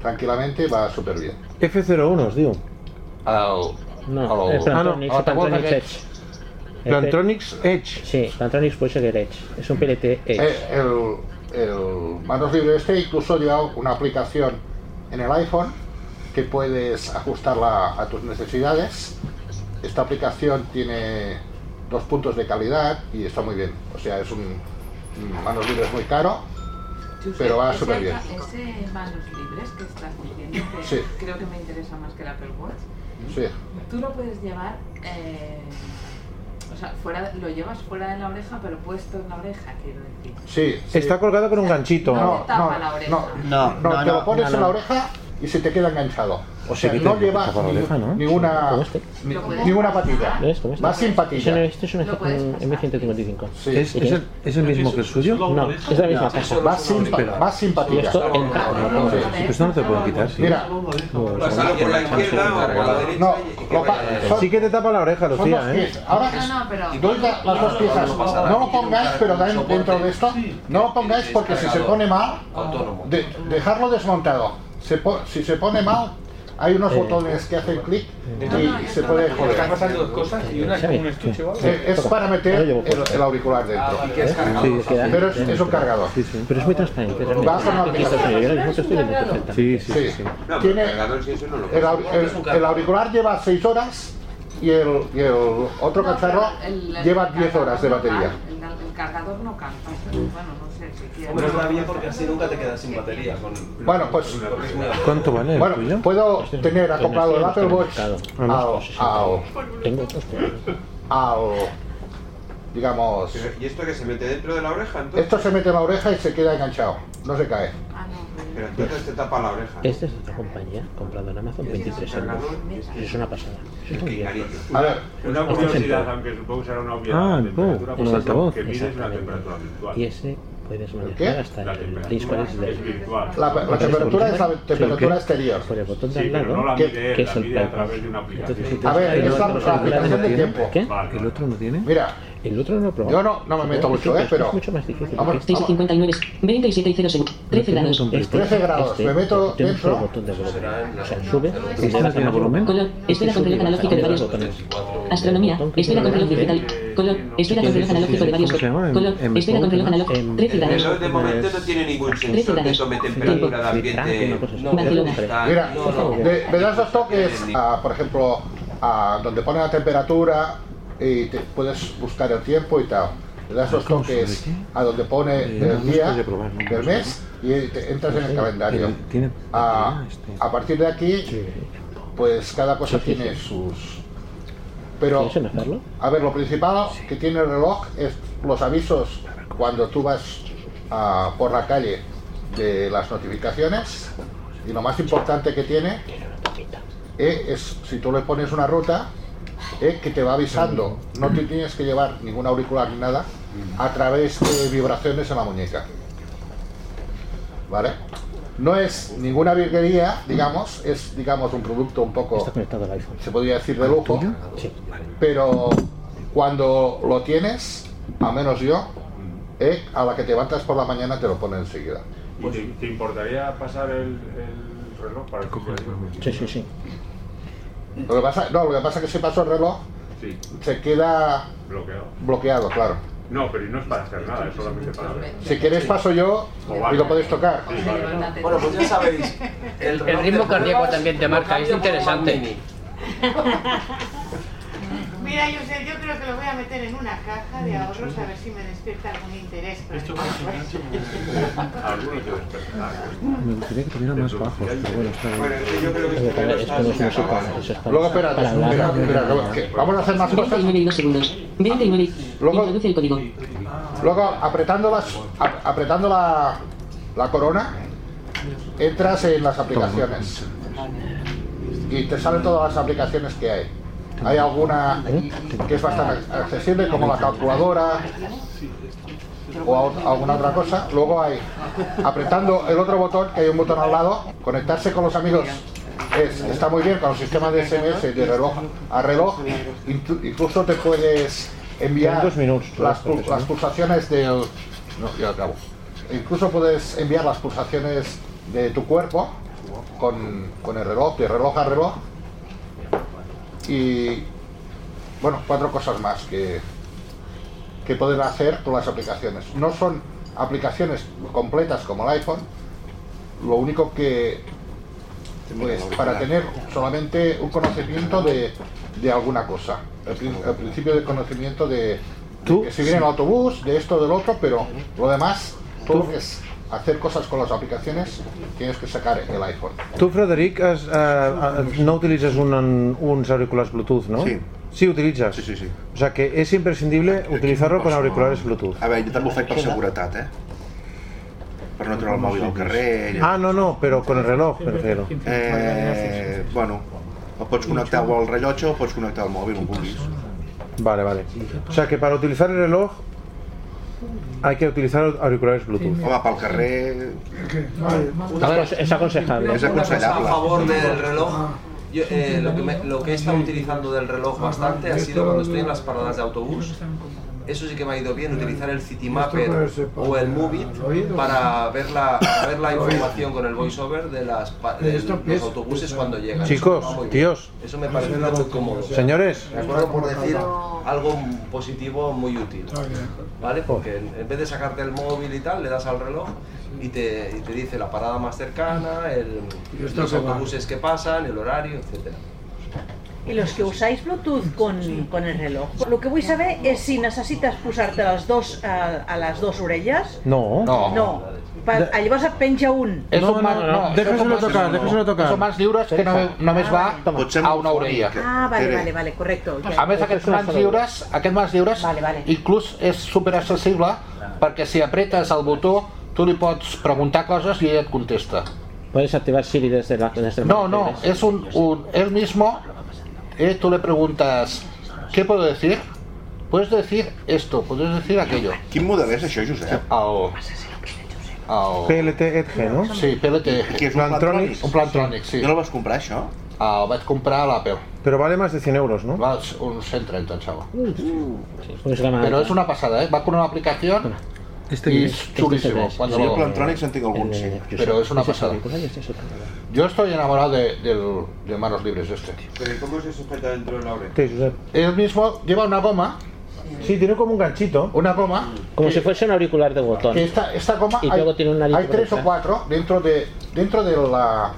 [SPEAKER 7] tranquilamente, va súper bien.
[SPEAKER 3] F01 es diu.
[SPEAKER 2] No, es Plantronics,
[SPEAKER 7] Ah, no.
[SPEAKER 2] Plantronics
[SPEAKER 7] Ah,
[SPEAKER 2] Edge. Este-
[SPEAKER 7] Plantronics
[SPEAKER 3] Edge.
[SPEAKER 2] Sí, Plantronics puede ser Edge. Es un PLT Edge.
[SPEAKER 7] Eh, el, el manos libres este incluso lleva una aplicación en el iPhone que puedes ajustarla a tus necesidades. Esta aplicación tiene dos puntos de calidad y está muy bien. O sea, es un un manos libres muy caro, pero va
[SPEAKER 10] Ese-
[SPEAKER 7] súper bien.
[SPEAKER 10] Ese manos libres que estás diciendo, que
[SPEAKER 7] Sí.
[SPEAKER 10] creo que me interesa más que el Apple Watch,
[SPEAKER 7] Sí.
[SPEAKER 10] tú lo puedes llevar eh, O sea, fuera, lo llevas fuera de la oreja, pero puesto en la oreja, quiero decir.
[SPEAKER 7] Sí,
[SPEAKER 3] Está colgado con un ganchito.
[SPEAKER 10] No, te tapa la oreja.
[SPEAKER 7] no,
[SPEAKER 3] no,
[SPEAKER 7] te
[SPEAKER 3] no,
[SPEAKER 7] lo pones
[SPEAKER 3] no,
[SPEAKER 7] en la
[SPEAKER 3] no.
[SPEAKER 7] oreja y se te queda enganchado. O sea,
[SPEAKER 2] que
[SPEAKER 7] no
[SPEAKER 2] te- te
[SPEAKER 7] llevas
[SPEAKER 2] tapa la
[SPEAKER 7] ni-
[SPEAKER 2] oreja, ¿no?
[SPEAKER 7] ninguna,
[SPEAKER 2] Como este.
[SPEAKER 7] ni- ninguna patilla.
[SPEAKER 2] ¿Ves? Como este.
[SPEAKER 7] Vas sin
[SPEAKER 2] Eso no-
[SPEAKER 7] patilla.
[SPEAKER 2] Este es un,
[SPEAKER 7] Lo puedes
[SPEAKER 2] un M155.
[SPEAKER 3] ¿Es, es el, es el mismo que el suyo?
[SPEAKER 2] No, es la misma casa.
[SPEAKER 3] Más simpático.
[SPEAKER 7] Más sin
[SPEAKER 2] Y
[SPEAKER 7] patilla.
[SPEAKER 2] esto en-
[SPEAKER 3] Esto no te puedo quitar, sí.
[SPEAKER 7] Mira.
[SPEAKER 21] Pues
[SPEAKER 3] Pasarlo por Pues la izquierda o por la derecha
[SPEAKER 7] No, lo pa- son-
[SPEAKER 3] Sí que te tapa la oreja,
[SPEAKER 7] son dos
[SPEAKER 3] Lucía, ¿eh?
[SPEAKER 7] pies. Ahora doy la- las dos piezas. No lo pongáis, pero también dentro de esto. No lo pongáis porque si se pone mal, de- dejarlo desmontado. Se po- si se pone mal, hay unos
[SPEAKER 20] Eh.
[SPEAKER 7] botones que hacen clic
[SPEAKER 20] No, no,
[SPEAKER 7] y se puede joder.
[SPEAKER 20] Están pasando dos cosas y una es como un estuche o algo.
[SPEAKER 7] Eh, Es para meter el, el auricular dentro. pero es, es un cargador.
[SPEAKER 2] Sí, sí, Pero es muy transparente. realmente.
[SPEAKER 7] Vas a una
[SPEAKER 2] Aquí está,
[SPEAKER 7] aplicación.
[SPEAKER 2] señor, yo ahora mismo te estoy viendo perfectamente.
[SPEAKER 3] Sí, sí,
[SPEAKER 7] sí. Tiene- el, au- el- el auricular lleva 6 horas y el, y el otro
[SPEAKER 10] No,
[SPEAKER 7] cacharro
[SPEAKER 10] pero el- el
[SPEAKER 7] lleva 10
[SPEAKER 10] cargador
[SPEAKER 7] horas de
[SPEAKER 10] no
[SPEAKER 7] batería.
[SPEAKER 10] canta, El, el cargador no canta. Bueno, no sé si quieres.
[SPEAKER 5] Hombre, está bien porque así nunca te quedas sin batería. Con,
[SPEAKER 7] Bueno, pues
[SPEAKER 5] porque es muy-
[SPEAKER 3] ¿Cuánto vale el
[SPEAKER 7] Bueno, pues,
[SPEAKER 3] tuyo? Este
[SPEAKER 7] puedo tener
[SPEAKER 3] no
[SPEAKER 7] acoplado
[SPEAKER 3] estoy-
[SPEAKER 7] el
[SPEAKER 3] no
[SPEAKER 7] Apple
[SPEAKER 3] estoy
[SPEAKER 7] Watch al,
[SPEAKER 3] mercado. No, no,
[SPEAKER 7] al- al- digamos,
[SPEAKER 21] ¿Y esto que se mete dentro de la oreja entonces?
[SPEAKER 7] esto se mete en la oreja y se queda enganchado, no se cae.
[SPEAKER 10] Ah,
[SPEAKER 21] Pero entonces te tapa la oreja.
[SPEAKER 2] Esta Este es otra compañía, comprado en Amazon, 23 euros. Es una pasada. Es un invierno.
[SPEAKER 7] A ver,
[SPEAKER 21] Una curiosidad, aunque supongo que será una obviedad.
[SPEAKER 2] Ah,
[SPEAKER 21] la
[SPEAKER 2] el
[SPEAKER 21] temperatura,
[SPEAKER 2] Pro,
[SPEAKER 21] pues,
[SPEAKER 2] el altavoz.
[SPEAKER 21] Que mides la
[SPEAKER 2] Exactamente.
[SPEAKER 21] temperatura virtual.
[SPEAKER 2] Y ese puedes manejar hasta el tenéis cuál es
[SPEAKER 21] es virtual.
[SPEAKER 7] La- la temperatura es la temperatura exterior.
[SPEAKER 2] Por el botón de
[SPEAKER 21] Sí,
[SPEAKER 2] al
[SPEAKER 21] pero
[SPEAKER 2] lado,
[SPEAKER 21] no la
[SPEAKER 2] que,
[SPEAKER 21] mide él,
[SPEAKER 2] que
[SPEAKER 21] la
[SPEAKER 2] es el
[SPEAKER 21] mide a
[SPEAKER 2] Pro.
[SPEAKER 21] través de una aplicación.
[SPEAKER 2] Entonces, si
[SPEAKER 21] A
[SPEAKER 2] tú
[SPEAKER 21] ver,
[SPEAKER 2] estás-
[SPEAKER 21] es la-
[SPEAKER 2] el otro
[SPEAKER 21] la
[SPEAKER 2] no
[SPEAKER 21] aplicación
[SPEAKER 2] tiene.
[SPEAKER 7] de tiempo.
[SPEAKER 2] ¿Qué?
[SPEAKER 3] ¿El otro no tiene?
[SPEAKER 7] Mira.
[SPEAKER 2] El otro no lo he probado.
[SPEAKER 7] Yo no- no me meto mucho,
[SPEAKER 2] Este
[SPEAKER 7] eh, pero-
[SPEAKER 2] Es mucho más difícil.
[SPEAKER 7] Vamos,
[SPEAKER 2] Este-
[SPEAKER 4] 659, 27 y 0 segundos, 13 grados.
[SPEAKER 2] Este- este- tiene un solo botón de volumen. O sea, sube.
[SPEAKER 4] Este no tiene volumen. Color, espera con reloj
[SPEAKER 5] Este
[SPEAKER 4] analógico de varios- Astronomía, espera con reloj digital. Color, espera con reloj analógico de varios. Color, espera con reloj analógico. 13
[SPEAKER 21] El
[SPEAKER 4] grados.
[SPEAKER 21] reloj de momento no tiene ningún sensor que tome temperatura de ambiente.
[SPEAKER 3] Ah,
[SPEAKER 7] Mira,
[SPEAKER 21] No, no.
[SPEAKER 7] le, le das dos toques, a, por ejemplo, a donde pone la temperatura y te puedes buscar el tiempo y tal. Le
[SPEAKER 3] Ah,
[SPEAKER 7] das dos toques a donde pone
[SPEAKER 3] Eh, no, no
[SPEAKER 7] el día
[SPEAKER 3] estoy de probar, no,
[SPEAKER 7] del
[SPEAKER 3] no sé.
[SPEAKER 7] mes y te entras en el
[SPEAKER 3] Sí,
[SPEAKER 7] calendario.
[SPEAKER 3] pero tiene- Ah.
[SPEAKER 7] A, Ah, a partir de aquí, pues cada cosa tiene sus... Pero,
[SPEAKER 2] ¿Quieres hacerlo?
[SPEAKER 7] a ver, lo principal que tiene el reloj es los avisos cuando tú vas ah, por la calle de las notificaciones y lo más importante que tiene eh, es si tú le pones una ruta eh, que te va avisando, no te tienes que llevar ningún auricular ni nada a través de vibraciones en la muñeca. ¿Vale? No es ninguna virguería, digamos, es digamos un producto un poco,
[SPEAKER 2] conectado al iPhone.
[SPEAKER 7] se podría decir de lujo, pero cuando lo tienes, a menos yo, eh, a la que te levantas por la mañana te lo pone enseguida.
[SPEAKER 21] ¿Y te, te importaría pasar el, el reloj para el
[SPEAKER 2] Sí, sí, sí.
[SPEAKER 7] Lo que pasa, no, lo que pasa es que si paso el reloj,
[SPEAKER 21] Sí,
[SPEAKER 7] se queda
[SPEAKER 21] bloqueado.
[SPEAKER 7] bloqueado, claro.
[SPEAKER 21] No, pero no es para hacer nada, es solamente para ver.
[SPEAKER 7] Si queréis paso yo y lo podéis tocar.
[SPEAKER 5] Bueno, pues ya sabéis. El,
[SPEAKER 19] El ritmo cardíaco también te marca, es interesante.
[SPEAKER 18] Mira, yo sé, yo creo que lo voy a meter en una caja
[SPEAKER 3] Mm,
[SPEAKER 18] de ahorros a ver si me despierta algún interés. para después.
[SPEAKER 21] Algunos te despertarán.
[SPEAKER 3] Me gustaría que tuviera más bajos, pero bueno, está bien.
[SPEAKER 2] Pero esto no es música, eso es para-
[SPEAKER 7] Luego, espera,
[SPEAKER 2] para hablar.
[SPEAKER 7] espera, espera, que- que vamos a hacer más cosas.
[SPEAKER 4] 29 y 2 segundos. 29 y... Introduce el código.
[SPEAKER 7] Luego, apretando, las, ap- apretando la, la corona, entras en las aplicaciones. Y te salen todas las aplicaciones que hay. Hay alguna que es bastante accesible, como la calculadora o a- alguna otra cosa. Luego hay, apretando el otro botón, que hay un botón al lado, conectarse con los amigos. Es- está muy bien con los sistemas de SMS de reloj a reloj. Inclu- incluso te puedes enviar
[SPEAKER 2] Tienen dos minutos,
[SPEAKER 7] las,
[SPEAKER 2] creo,
[SPEAKER 7] pul-
[SPEAKER 2] ¿no?
[SPEAKER 7] las pulsaciones del... No, ya acabo. Incluso puedes enviar las pulsaciones de tu cuerpo con, con el reloj, de reloj a reloj. Y bueno, cuatro cosas más que, que pueden hacer con las aplicaciones. No son aplicaciones completas como el iPhone, lo único que pues, para tener solamente un conocimiento de, de alguna cosa. El, prin- el principio del conocimiento de, de que si viene el autobús, de esto, del otro, pero lo demás, todo lo que es hacer cosas con las aplicaciones, tienes que sacar el iPhone.
[SPEAKER 3] Tu, este. Frederic, has, eh, eh, no utilitzes un, uns auriculars Bluetooth, no?
[SPEAKER 12] Sí.
[SPEAKER 3] Sí, utilitzes?
[SPEAKER 12] Sí, sí, sí.
[SPEAKER 3] O sea que es imprescindible utilitzar-lo con auriculares Bluetooth.
[SPEAKER 12] A veure, jo també ho faig per seguretat, eh? Per no Ah, treure el mòbil al carrer...
[SPEAKER 3] Ah, no, no, però con el reloj, me refiero.
[SPEAKER 12] Eh, bueno, el pots connectar o al rellotge o pots connectar al mòbil, on vulguis.
[SPEAKER 3] Vale, vale. O sea que para utilizar el reloj hay que utilizar auriculares Bluetooth.
[SPEAKER 12] Home, pel carrer...
[SPEAKER 3] A ver, es- es aconsejable.
[SPEAKER 5] Una cosa a favor del reloj. Yo, eh, lo, que me- lo que he estado utilizando del reloj bastante ha sido cuando estoy en las paradas de autobús. Eso sí que me ha ido bien, utilizar el CityMapper o el Movit para ver la, para ver la información con el voiceover de, las, pa- de los autobuses cuando llegan.
[SPEAKER 3] Chicos,
[SPEAKER 5] Eso me va muy bien.
[SPEAKER 3] tíos.
[SPEAKER 5] Eso me parece muy cómodo.
[SPEAKER 3] Señores.
[SPEAKER 5] Me acuerdo por decir algo positivo muy útil. ¿Vale? Porque en en vez de sacarte el móvil y tal, le das al reloj y te, y te dice la parada más cercana, el,
[SPEAKER 1] Yo estoy
[SPEAKER 5] los
[SPEAKER 1] acabado.
[SPEAKER 5] autobuses que pasan, el horario, etcétera.
[SPEAKER 1] I los que usáis Bluetooth con, con el reloj. Lo que vull saber és si necessites posar-te les dos, a, a les dues orelles.
[SPEAKER 3] No.
[SPEAKER 1] No. Per, llavors et penja un.
[SPEAKER 7] Eso más- eso más- Eso más lliures que no, només va a una orella.
[SPEAKER 1] Ah, vale, vale, vale, correcto. Ja.
[SPEAKER 7] A més, aquests mans lliures, aquests mans lliures, inclús és super accessible perquè si apretes el botó, tu li pots preguntar coses i ell et contesta.
[SPEAKER 2] Puedes activar Siri desde la... Desde el
[SPEAKER 7] No, no,
[SPEAKER 2] móvil.
[SPEAKER 7] es un, un él mismo, eh, tú le preguntas, ¿qué puedo decir? Puedes decir esto, puedes decir aquello.
[SPEAKER 12] ¿Quién model és això, Josep?
[SPEAKER 7] Al... al...
[SPEAKER 3] PLT Edge, no?
[SPEAKER 7] Sí, PLT Edge.
[SPEAKER 3] Que és un Plantronics?
[SPEAKER 7] Un Plantronics, sí. Jo
[SPEAKER 12] no vas comprar, això?
[SPEAKER 7] El vaig comprar a l'Apple.
[SPEAKER 3] Però vale más de 100 euros, ¿no?
[SPEAKER 7] Va, uns 130, em sembla.
[SPEAKER 2] Pues la madre.
[SPEAKER 7] Pero es una pasada, ¿eh? Va con una aplicación y Este es chulísimo. cuando
[SPEAKER 12] Sí,
[SPEAKER 7] lo-
[SPEAKER 12] el Plantronics en tinc algun,
[SPEAKER 2] eh,
[SPEAKER 12] sí.
[SPEAKER 7] Pero es una pasada. Yo estoy enamorado de, del- de manos libres este.
[SPEAKER 22] Pero ¿y cómo se sujeta dentro de la oreja?
[SPEAKER 3] Sí, Josep.
[SPEAKER 7] Él mismo lleva una goma.
[SPEAKER 3] Sí, tiene como un ganchito.
[SPEAKER 7] Una goma.
[SPEAKER 2] Como
[SPEAKER 7] que-
[SPEAKER 2] si fuese un auricular de botón.
[SPEAKER 7] que esta, esta goma
[SPEAKER 2] Y
[SPEAKER 7] hay,
[SPEAKER 2] luego tiene un nariz
[SPEAKER 7] hay
[SPEAKER 2] por
[SPEAKER 7] tres o
[SPEAKER 2] detrás.
[SPEAKER 7] cuatro dentro de dentro de la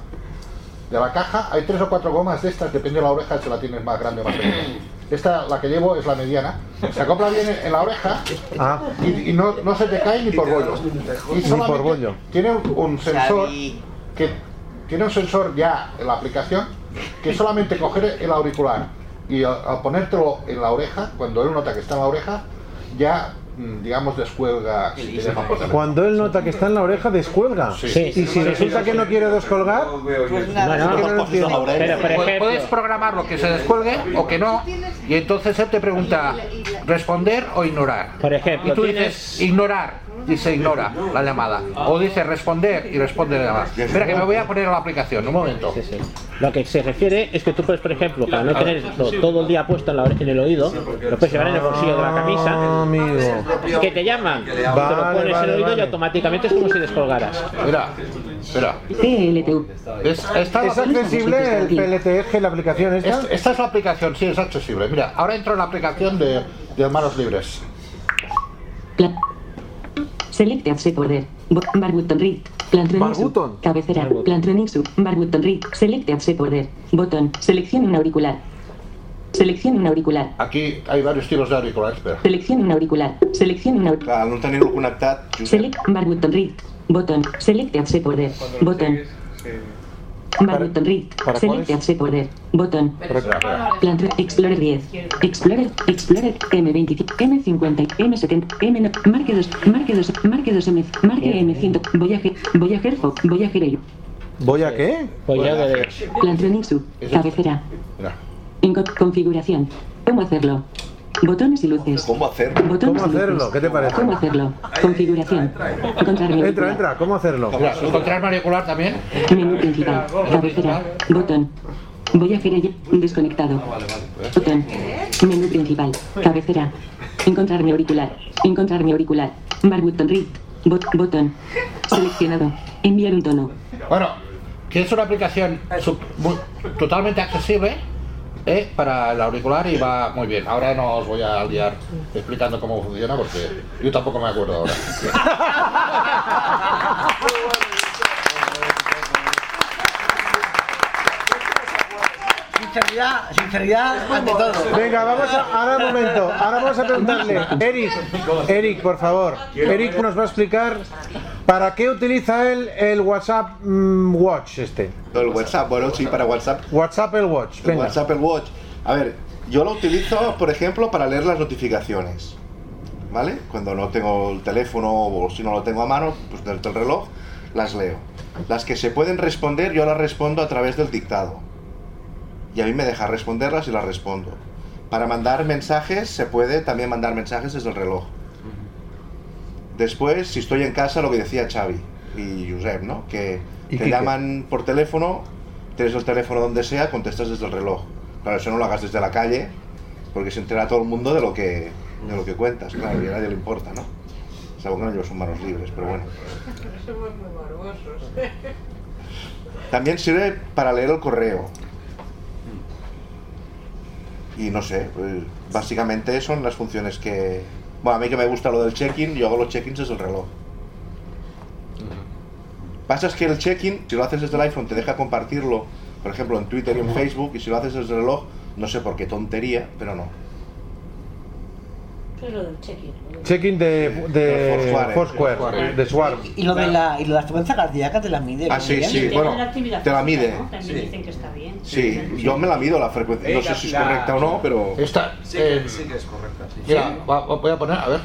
[SPEAKER 7] de la caja hay tres o cuatro gomas de estas depende de la oreja si la tienes más grande o más pequeña esta la que llevo es la mediana se acopla bien en la oreja
[SPEAKER 3] Ah.
[SPEAKER 7] y, y no, no se te cae ni por bollo y
[SPEAKER 3] Ni por
[SPEAKER 7] solamente
[SPEAKER 3] bollo.
[SPEAKER 7] tiene un- un sensor que tiene un sensor ya en la aplicación que solamente coger el auricular y al, al ponértelo en la oreja cuando él nota que está en la oreja ya mm, digamos descuelga si te deja por delante.
[SPEAKER 3] Cuando él nota que está en la oreja, descuelga.
[SPEAKER 7] Sí.
[SPEAKER 3] Y si resulta que no quiere descolgar,
[SPEAKER 7] Pues
[SPEAKER 3] nada,
[SPEAKER 7] no,
[SPEAKER 3] es que no
[SPEAKER 7] no,
[SPEAKER 3] lo
[SPEAKER 7] pues no,
[SPEAKER 3] entiendo.
[SPEAKER 7] Aurelio. Pu- Puedes programarlo que se descuelgue o que no, y entonces él te pregunta responder o ignorar.
[SPEAKER 2] Por ejemplo,
[SPEAKER 7] y tú
[SPEAKER 2] tienes-
[SPEAKER 7] dices ignorar y se ignora la llamada. O dices responder y responde la llamada. Espera que me voy a poner a la aplicación, un momento.
[SPEAKER 2] Lo que se refiere es que tú puedes, por ejemplo, para no
[SPEAKER 7] Ah.
[SPEAKER 2] tenerlo todo el día puesto en, la ore- en el oído, lo puedes llevar en el bolsillo de la
[SPEAKER 3] Ah,
[SPEAKER 2] camisa. Que te llaman, te lo
[SPEAKER 7] Ah. Vale,
[SPEAKER 2] pones en
[SPEAKER 7] vale,
[SPEAKER 2] el oído y
[SPEAKER 7] vale.
[SPEAKER 2] automáticamente es como si descolgaras.
[SPEAKER 7] Espera, espera.
[SPEAKER 4] TLTU.
[SPEAKER 3] ¿Es accesible el PLTG, la aplicación esta?
[SPEAKER 7] Esta, esta es la aplicación, sí, es accesible. Mira, ahora entro en la aplicación de, de manos libres.
[SPEAKER 4] Select Asset Order. Bo- Bar button read. Plantronics.
[SPEAKER 7] Button.
[SPEAKER 4] Cabecera. Plantronics. Bar button read. Select Asset Order. Botón. Selecciona un auricular. Selecciona un auricular.
[SPEAKER 7] Aquí hay varios tipos de auriculares, espera.
[SPEAKER 4] Selecciona un auricular. Selecciona un auricular.
[SPEAKER 12] Al no tenir-lo connectat,
[SPEAKER 4] Select Bar button read. Botón. Select Asset Order. Botón. Bar button read.
[SPEAKER 12] para
[SPEAKER 4] Select
[SPEAKER 12] cuáles?
[SPEAKER 4] Asset Order. Botón.
[SPEAKER 7] Espera.
[SPEAKER 4] Plantre Explorer 10. Explorer, Explorer M25, M50, M70, M9, Marque 2, Marque 2, Marque 2 M, Marque M100, Voyager, Voyager Fo, Voyager Aero.
[SPEAKER 3] ¿Voy a qué?
[SPEAKER 2] Pues
[SPEAKER 4] Plantronics U, cabecera.
[SPEAKER 7] Mira.
[SPEAKER 4] En co- configuración. ¿Cómo hacerlo? Botones y luces.
[SPEAKER 12] ¿Cómo hacerlo?
[SPEAKER 4] Botones
[SPEAKER 3] ¿Cómo
[SPEAKER 4] y luces.
[SPEAKER 3] hacerlo? ¿Qué te parece?
[SPEAKER 4] ¿Cómo hacerlo? Configuración. Encontrar mi
[SPEAKER 3] Entra,
[SPEAKER 4] auricular.
[SPEAKER 3] entra, ¿cómo hacerlo?
[SPEAKER 7] Mira, encontrar auricular también.
[SPEAKER 4] Menú principal. Cabecera. Botón. Voyager Aero desconectado.
[SPEAKER 12] Ah,
[SPEAKER 4] Botón. Menú principal. Cabecera. Encontrar mi auricular. Encontrar mi auricular. Bar button read. Bot- botón. Seleccionado. Enviar un tono.
[SPEAKER 7] Bueno, que es una aplicación sub- muy- totalmente accesible eh, para el auricular y va muy bien. Ahora no os voy a liar explicando cómo funciona porque yo tampoco me acuerdo ahora.
[SPEAKER 16] Sinceridad, sinceridad
[SPEAKER 3] Ah,
[SPEAKER 16] ante todo.
[SPEAKER 3] Venga, vamos a, ahora un momento, ahora vamos a preguntarle, Eric, Eric, por favor, Eric nos va a explicar para qué utiliza él el WhatsApp mm, Watch este.
[SPEAKER 12] El WhatsApp, bueno, sí, para WhatsApp.
[SPEAKER 3] WhatsApp el Watch,
[SPEAKER 12] El
[SPEAKER 3] venga.
[SPEAKER 12] WhatsApp el Watch. A ver, Yo lo utilizo, por ejemplo, para leer las notificaciones. ¿Vale? Cuando no tengo el teléfono o si no lo tengo a mano, pues del del reloj, las leo. Las que se pueden responder, yo las respondo a través del dictado. Y a mí me deja responderlas y las respondo. Para mandar mensajes, se puede también mandar mensajes desde el reloj. Después, si estoy en casa, lo que decía Xavi y Josep, ¿no? Que te
[SPEAKER 3] ¿Y Quique?
[SPEAKER 12] llaman por teléfono, tienes el teléfono donde sea, contestas desde el reloj. Claro, eso no lo hagas desde la calle, porque se entera todo el mundo de lo que, de lo que cuentas, claro, y a nadie le importa, ¿no? Salvo que no llevas manos libres, pero bueno.
[SPEAKER 18] Somos muy morbosos.
[SPEAKER 12] También sirve para leer el correo. Y no sé, pues, básicamente son las funciones que... Bueno, a mí que me gusta lo del check-in, yo hago los check-ins desde el reloj. Pasa es que el check-in, si lo haces desde el iPhone, te deja compartirlo, por ejemplo, en Twitter y en Facebook, y si lo haces desde el reloj, no sé por qué tontería, pero no.
[SPEAKER 9] ¿Qué es lo del check-in?
[SPEAKER 3] Checking de, de
[SPEAKER 12] Foursquare.
[SPEAKER 3] Foursquare, de Swarm.
[SPEAKER 16] Y lo de la, y lo de las frecuencias cardíacas te las mide.
[SPEAKER 12] Ah, sí,
[SPEAKER 16] ¿no?
[SPEAKER 12] sí, bueno, te la mide.
[SPEAKER 9] También
[SPEAKER 12] Sí.
[SPEAKER 9] dicen que está bien.
[SPEAKER 12] Sí, yo me la mido la frecuencia, no sé si es correcta o no, pero...
[SPEAKER 7] Esta, eh,
[SPEAKER 5] Sí, que- sí que es correcta. sí.
[SPEAKER 7] Mira, va- va- voy a poner, a ver.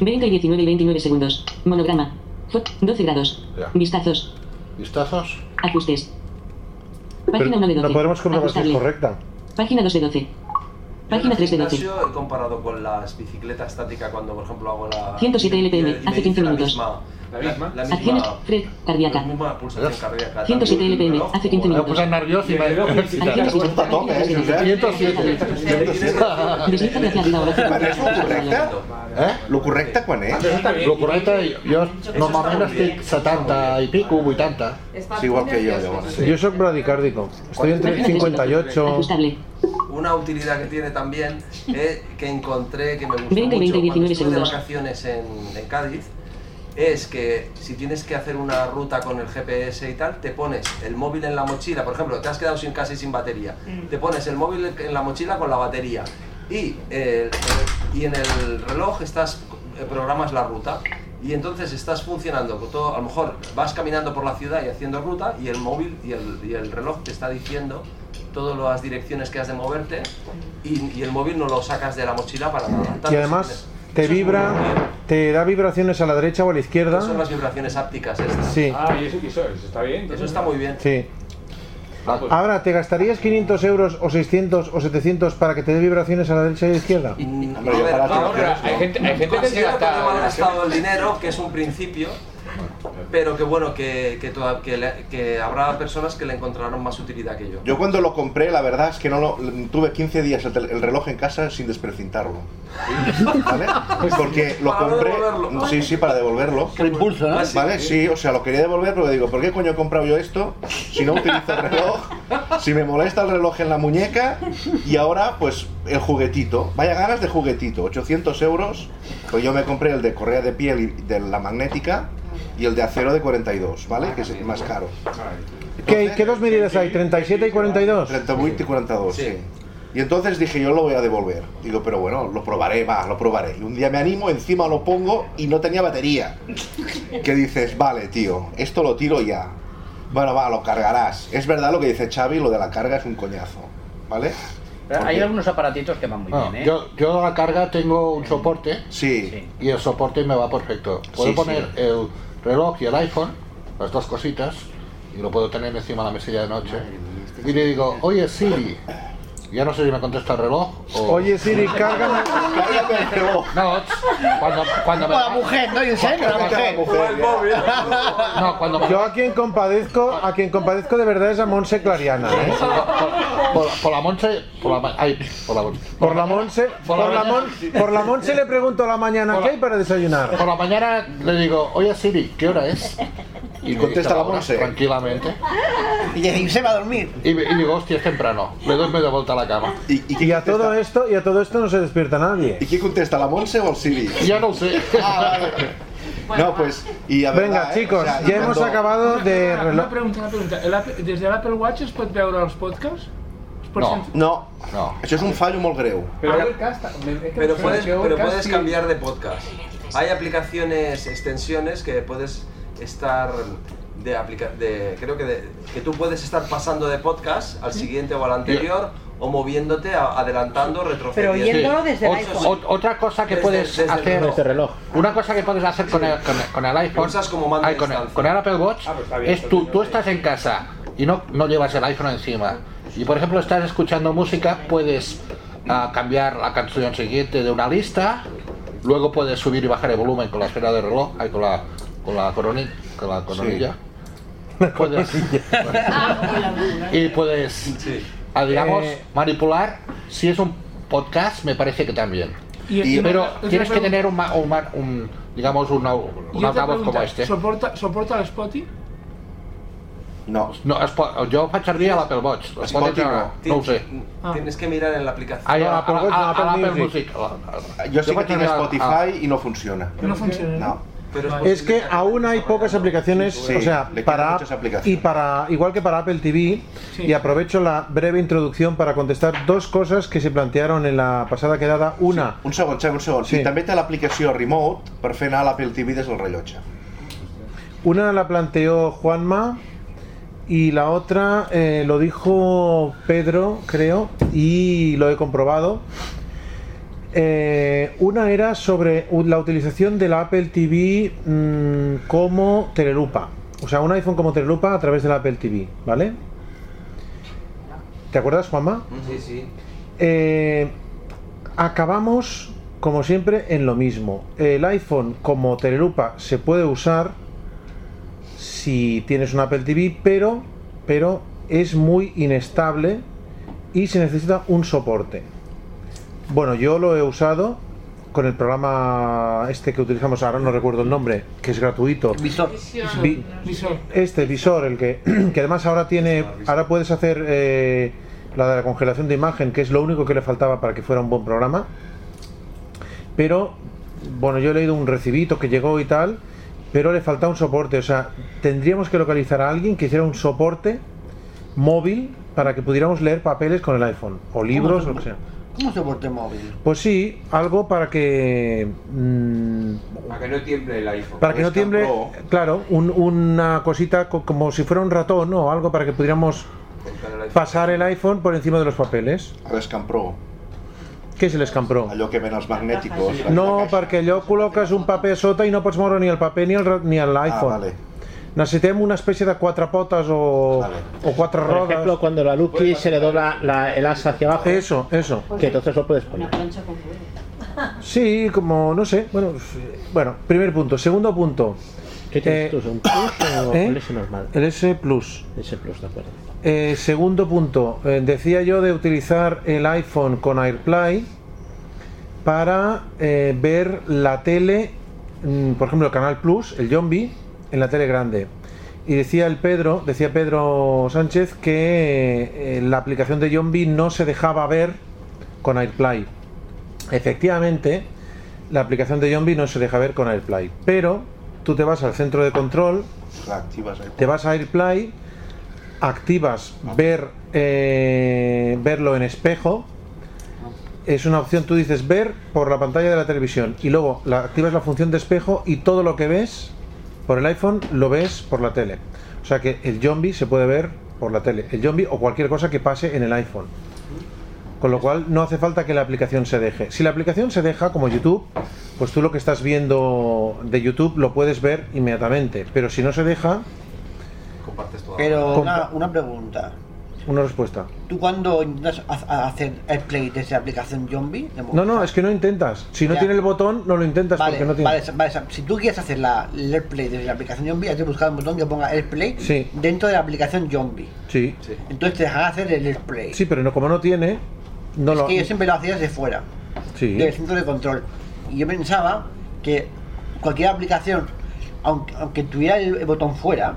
[SPEAKER 4] 20 y 19 y 29 segundos. Monograma. Fo- 12 grados.
[SPEAKER 7] Ya.
[SPEAKER 4] Vistazos.
[SPEAKER 7] Vistazos.
[SPEAKER 4] Ajustes.
[SPEAKER 3] Pero
[SPEAKER 4] Página 1 de 12.
[SPEAKER 3] no podremos comprobar si es
[SPEAKER 4] Ajustable.
[SPEAKER 3] correcta.
[SPEAKER 4] Página 2 de 12. Página 3 de 12.
[SPEAKER 5] gimnasio he comparado con las bicicletas estáticas cuando, por ejemplo, hago la...
[SPEAKER 4] 107 LPM,
[SPEAKER 5] y me- y me
[SPEAKER 4] hace 15
[SPEAKER 5] dice la
[SPEAKER 4] minutos.
[SPEAKER 5] misma- La misma. La
[SPEAKER 4] Acciones.
[SPEAKER 5] misma...
[SPEAKER 4] Fred. Cardíaca.
[SPEAKER 5] La misma pulsación cardíaca.
[SPEAKER 4] 107
[SPEAKER 5] tanto en el
[SPEAKER 4] LPM.
[SPEAKER 5] reloj
[SPEAKER 4] Hace 15
[SPEAKER 5] como en-
[SPEAKER 4] minutos. Me puse nervioso y me- Está a tope, ¿eh, Josep?
[SPEAKER 7] 507.
[SPEAKER 4] Deslízate hacia arriba o hacia abajo.
[SPEAKER 12] ¿Pero es lo correcta? ¿Lo correcta quan és?
[SPEAKER 7] ¿eh? Lo correcte, jo normalment
[SPEAKER 12] Eso está muy
[SPEAKER 7] estic 70 i pico, 80.
[SPEAKER 5] Está Sí, igual que jo, llavors. Sí.
[SPEAKER 3] Yo soy bradicárdico. Estoy entre 58.
[SPEAKER 5] Una utilidad que tiene también, eh, que encontré que me gustó
[SPEAKER 4] 20, 20,
[SPEAKER 5] mucho
[SPEAKER 4] 19
[SPEAKER 5] cuando estuve de
[SPEAKER 4] segundos.
[SPEAKER 5] vacaciones en, en Cádiz, es que si tienes que hacer una ruta con el GPS y tal, te pones el móvil en la mochila, por ejemplo, te has quedado sin casi sin batería,
[SPEAKER 11] Mm.
[SPEAKER 5] te pones el móvil en la mochila con la batería y, eh, y en el reloj estás eh, programas la ruta. Y entonces estás funcionando con todo, a lo mejor vas caminando por la ciudad y haciendo ruta y el móvil y el, y el reloj te está diciendo todas las direcciones que has de moverte y, y el móvil no lo sacas de la mochila para nada. Tanto
[SPEAKER 3] Y
[SPEAKER 5] si
[SPEAKER 3] además te vibra, te da vibraciones a la derecha o a la
[SPEAKER 5] tienes- Son
[SPEAKER 3] izquierda.
[SPEAKER 5] las vibraciones ápticas estas.
[SPEAKER 3] Sí.
[SPEAKER 5] Ah, y eso, está bien. Eso está muy bien.
[SPEAKER 3] Sí.
[SPEAKER 7] Ah, pues.
[SPEAKER 12] Ah.
[SPEAKER 3] Ahora, ¿te gastarías 500 euros o 600 o 700 para que te dé vibraciones a la derecha y a la izquierda?
[SPEAKER 5] A ver,
[SPEAKER 20] para ti
[SPEAKER 5] vamos,
[SPEAKER 20] no quiero,
[SPEAKER 5] pero
[SPEAKER 20] hay gente- hay gente que
[SPEAKER 5] considero
[SPEAKER 20] se gasta-
[SPEAKER 5] no mal gastado el dinero, que es un principio, pero que bueno, que, que, toda- que le- que habrá personas que le encontrarán más utilidad que yo.
[SPEAKER 12] Yo cuando lo compré, la verdad es que no lo, tuve 15 días el, tel- el reloj en casa sin desprecintarlo. ¿Vale? Porque lo
[SPEAKER 5] Pues Para no
[SPEAKER 12] compré.
[SPEAKER 5] devolverlo.
[SPEAKER 12] Sí, sí, para devolverlo. El impulso,
[SPEAKER 5] ¿no?
[SPEAKER 12] Ah, ¿Vale? Sí, o sea, lo quería devolver, pero digo, ¿por qué coño he comprado yo esto si no utilizo el reloj? Si me molesta el reloj en la muñeca y ahora, pues, el juguetito. Vaya ganas de juguetito, 800 euros. Pues yo me compré el de correa de piel y de la magnética y el de acero de 42, ¿vale? Que es el más caro.
[SPEAKER 3] ¿Qué, qué dos medidas hay? ¿37 y 42?
[SPEAKER 12] 38 y 42, sí. Y entonces dije, yo lo voy a devolver. Digo, pero bueno, lo probaré, va, lo probaré. Y un día me animo, encima lo pongo y no tenía batería. Que dices, vale, tío, esto lo tiro ya. Bueno, va, lo cargarás. Es verdad lo que dice Xavi, lo de la carga es un coñazo, ¿vale?
[SPEAKER 19] Hay algunos aparatitos que van muy
[SPEAKER 7] No,
[SPEAKER 19] bien, ¿eh?
[SPEAKER 7] yo, yo a la carga tengo un soporte
[SPEAKER 12] sí.
[SPEAKER 7] y el soporte me va perfecto. Puedo
[SPEAKER 12] Sí,
[SPEAKER 7] poner
[SPEAKER 12] sí.
[SPEAKER 7] el reloj y el iPhone, las dos cositas, y lo puedo tener encima de la mesilla de noche. Y le digo, oye Siri, ya no sé si me contesta el reloj o...
[SPEAKER 12] Oh.
[SPEAKER 3] Oye, Siri, cárgame-
[SPEAKER 12] Cállate el reloj.
[SPEAKER 7] No, cuando, cuando me...
[SPEAKER 16] O la mujer, ¿no? Yo sé, la mujer.
[SPEAKER 7] No, cuando me-
[SPEAKER 3] Yo a quien compadezco, a quien compadezco de verdad es a Monse Clariana, ¿eh?
[SPEAKER 7] Por, por la Monse... Por la... ma- Ay, por la
[SPEAKER 3] Por la Monse, por, la Mon- por la Monse le pregunto a la mañana qué hay para desayunar.
[SPEAKER 7] Por la mañana le digo, oye Siri, ¿qué hora es? Y me
[SPEAKER 12] contesta
[SPEAKER 7] dice
[SPEAKER 12] la
[SPEAKER 7] hora,
[SPEAKER 12] Monse.
[SPEAKER 7] Tranquilamente.
[SPEAKER 16] Y dice, se va a dormir.
[SPEAKER 7] Y, me- y digo, hostia, es temprano. Le doy media vuelta a la cama.
[SPEAKER 3] Y a todo esto, y a todo esto no se despierta nadie.
[SPEAKER 12] ¿Y qué contesta, la Monse o el Siri?
[SPEAKER 7] Ya no sé.
[SPEAKER 1] Ah,
[SPEAKER 12] no, pues, y a
[SPEAKER 3] Venga,
[SPEAKER 12] verdad, eh,
[SPEAKER 3] chicos,
[SPEAKER 12] o sea, y
[SPEAKER 3] ya hemos
[SPEAKER 12] cuando-
[SPEAKER 3] acabado de
[SPEAKER 23] Una, una
[SPEAKER 3] reloj.
[SPEAKER 23] pregunta, una pregunta. El Apple- des de l'Apple Watch es pot veure els podcasts? Es pot
[SPEAKER 12] No,
[SPEAKER 23] sentir-
[SPEAKER 12] no, Eso es un fallo molt greu.
[SPEAKER 5] Pero- Pero
[SPEAKER 23] me
[SPEAKER 5] puedes,
[SPEAKER 23] quedo
[SPEAKER 5] pero
[SPEAKER 23] casi-
[SPEAKER 5] puedes cambiar de podcast. Hay aplicaciones, extensiones que puedes estar de aplica de creo que de- que tú puedes estar pasando de podcast al siguiente o al anterior o moviéndote, a- adelantando, retrocediendo.
[SPEAKER 1] oyéndolo desde el
[SPEAKER 5] Ocho-
[SPEAKER 1] iPhone.
[SPEAKER 5] ocho-
[SPEAKER 7] Ot- Otra cosa que
[SPEAKER 5] Desde-
[SPEAKER 7] puedes
[SPEAKER 5] desde el
[SPEAKER 7] hacer.
[SPEAKER 5] reloj. Desde
[SPEAKER 2] este
[SPEAKER 5] el
[SPEAKER 7] Una cosa que puedes hacer con el, con, con el iPhone. ay, con, el, con el Apple Watch.
[SPEAKER 5] Ah, pues bien,
[SPEAKER 7] es tú, tú estás en casa y no, no llevas el iPhone encima. Y por ejemplo, estás escuchando música, puedes ah, cambiar la canción siguiente de una lista. Luego puedes subir y bajar el volumen con la esfera del reloj, ay, con la, con la, coroni- con la coronilla. Puedes- y puedes, ah, digamos,
[SPEAKER 3] Eh,
[SPEAKER 7] manipular. Si es un podcast, me parece que también.
[SPEAKER 23] Y es que
[SPEAKER 7] pero
[SPEAKER 23] otra- otra
[SPEAKER 7] tienes que
[SPEAKER 23] pregunta.
[SPEAKER 7] tener un, ma- un ma- un, digamos, un, au-
[SPEAKER 23] Y
[SPEAKER 7] un
[SPEAKER 23] otra
[SPEAKER 7] altavoz
[SPEAKER 23] pregunta,
[SPEAKER 7] como este.
[SPEAKER 23] ¿Soporta, soporta el Spotify?
[SPEAKER 7] No. no es po- yo faig servir a l'Apple Watch. Es pot
[SPEAKER 12] Spotify
[SPEAKER 7] entrar,
[SPEAKER 12] no.
[SPEAKER 7] no Ah, ho sé.
[SPEAKER 5] Tienes que mirar en la aplicación.
[SPEAKER 7] Ai, a, la- a, la- a, la- a l'Apple Music.
[SPEAKER 12] Yo sé
[SPEAKER 7] Yo ah.
[SPEAKER 12] que
[SPEAKER 7] voy a
[SPEAKER 12] tiene
[SPEAKER 7] tirar a-
[SPEAKER 12] Spotify y no funciona.
[SPEAKER 23] No funciona.
[SPEAKER 12] No.
[SPEAKER 3] Es que aún hay pocas aplicaciones,
[SPEAKER 12] Sí,
[SPEAKER 3] o sea,
[SPEAKER 12] le quedan
[SPEAKER 3] para
[SPEAKER 12] muchas aplicaciones.
[SPEAKER 3] y para igual que para Apple TV y aprovecho la breve introducción para contestar dos cosas que se plantearon en la pasada quedada. Una,
[SPEAKER 12] Un segon, segon, segon. Sí. I també té l'aplicació Remote per fer anar l'Apple TV des del rellotge.
[SPEAKER 3] una la planteó Juanma y la otra eh, lo dijo Pedro, creo, y lo he comprobado. Eh, una era sobre u- la utilización de la Apple TV mm, como telelupa. O sea, un iPhone como telelupa a través de la Apple TV, ¿vale? ¿Te acuerdas, Juanma?
[SPEAKER 5] Sí, sí.
[SPEAKER 3] Eh, acabamos, como siempre, en lo mismo. El iPhone como telelupa se puede usar si tienes un Apple TV, pero, pero es muy inestable y se necesita un soporte. Bueno, yo lo he usado con el programa este que utilizamos ahora, no recuerdo el nombre, que es gratuito. Vi-
[SPEAKER 23] Visor.
[SPEAKER 3] este visor, el que, que además ahora tiene, ahora puedes hacer eh, la de la congelación de imagen, que es lo único que le faltaba para que fuera un buen programa. Pero, bueno, yo he leído un recibito que llegó y tal, pero le falta un soporte. O sea, tendríamos que localizar a alguien que hiciera un soporte móvil para que pudiéramos leer papeles con el iPhone, o libros, o lo que sea.
[SPEAKER 16] ¿Cómo soporte móvil?
[SPEAKER 3] Pues sí, algo para que mm,
[SPEAKER 22] Para que no tiemble el iPhone.
[SPEAKER 3] para que no tiemble, claro, un- una cosita co- como si fuera un ratón o algo para que pudiéramos pasar el iPhone por encima de los papeles.
[SPEAKER 12] El Scan Pro.
[SPEAKER 3] Què és l'Scan Pro?
[SPEAKER 12] Allò que ven els magnèticos.
[SPEAKER 3] No, perquè allò col·loques un paper sota i no pots moure ni el paper ni el ra- ni l'iPhone.
[SPEAKER 12] Ah, vale.
[SPEAKER 3] Necessitem una espècie de quatre potes o, o quatre
[SPEAKER 2] Por
[SPEAKER 3] rodes.
[SPEAKER 2] ejemplo, cuando la Lucky se le dobla la- el as hacia abajo.
[SPEAKER 3] Eso, eso.
[SPEAKER 2] Que entonces lo puedes poner.
[SPEAKER 3] Sí, como, no sé, bueno, f- bueno, primer punto. Segundo punto.
[SPEAKER 2] ¿Qué tienes
[SPEAKER 3] Eh,
[SPEAKER 2] tú? ¿Un plus o
[SPEAKER 3] ¿eh?
[SPEAKER 2] el S normal?
[SPEAKER 3] El S Plus.
[SPEAKER 2] S Plus, de acuerdo.
[SPEAKER 3] Eh, segundo punto, eh, decía yo de utilizar el iPhone con AirPlay para eh, ver la tele, mm, por ejemplo, el Canal Plus, el Yombi, en la tele grande. Y decía el Pedro, decía Pedro Sánchez que eh, la aplicación de Yombi no se dejaba ver con AirPlay. Efectivamente, la aplicación de Yombi no se deja ver con AirPlay, pero tú te vas al centro de control,
[SPEAKER 12] Activas el...
[SPEAKER 3] te vas a AirPlay, activas ver eh, verlo en espejo. Es una opción, tú dices ver por la pantalla de la televisión y luego la, activas la función de espejo y todo lo que ves por el iPhone lo ves por la tele. O sea que el zombie se puede ver por la tele, el zombie o cualquier cosa que pase en el iPhone. Con lo cual no hace falta que la aplicación se deje. Si la aplicación se deja, como YouTube, pues tú lo que estás viendo de YouTube lo puedes ver inmediatamente. Pero si no se deja,
[SPEAKER 16] Pero
[SPEAKER 3] Compa-
[SPEAKER 16] una, una pregunta.
[SPEAKER 3] una respuesta.
[SPEAKER 16] ¿Tú cuando intentas ha- ha- hacer el play desde la aplicación Zombie? de móvil?
[SPEAKER 3] No, no, es que no intentas. Si no
[SPEAKER 16] Ya.
[SPEAKER 3] tiene el botón, no lo intentas
[SPEAKER 16] Vale,
[SPEAKER 3] porque no tiene.
[SPEAKER 16] vale, vale, si tú quieres hacer la, el AirPlay desde la aplicación Zombie, hay que buscar un botón que ponga AirPlay
[SPEAKER 3] Sí.
[SPEAKER 16] dentro de la aplicación Zombie.
[SPEAKER 3] Sí.
[SPEAKER 16] Entonces te dejan hacer el AirPlay.
[SPEAKER 3] Sí, pero no, como no tiene, no
[SPEAKER 16] es
[SPEAKER 3] lo.
[SPEAKER 16] que yo siempre lo hacía desde fuera,
[SPEAKER 3] Sí.
[SPEAKER 16] del centro de control. Y yo pensaba que cualquier aplicación, aunque, aunque tuviera el, el botón fuera,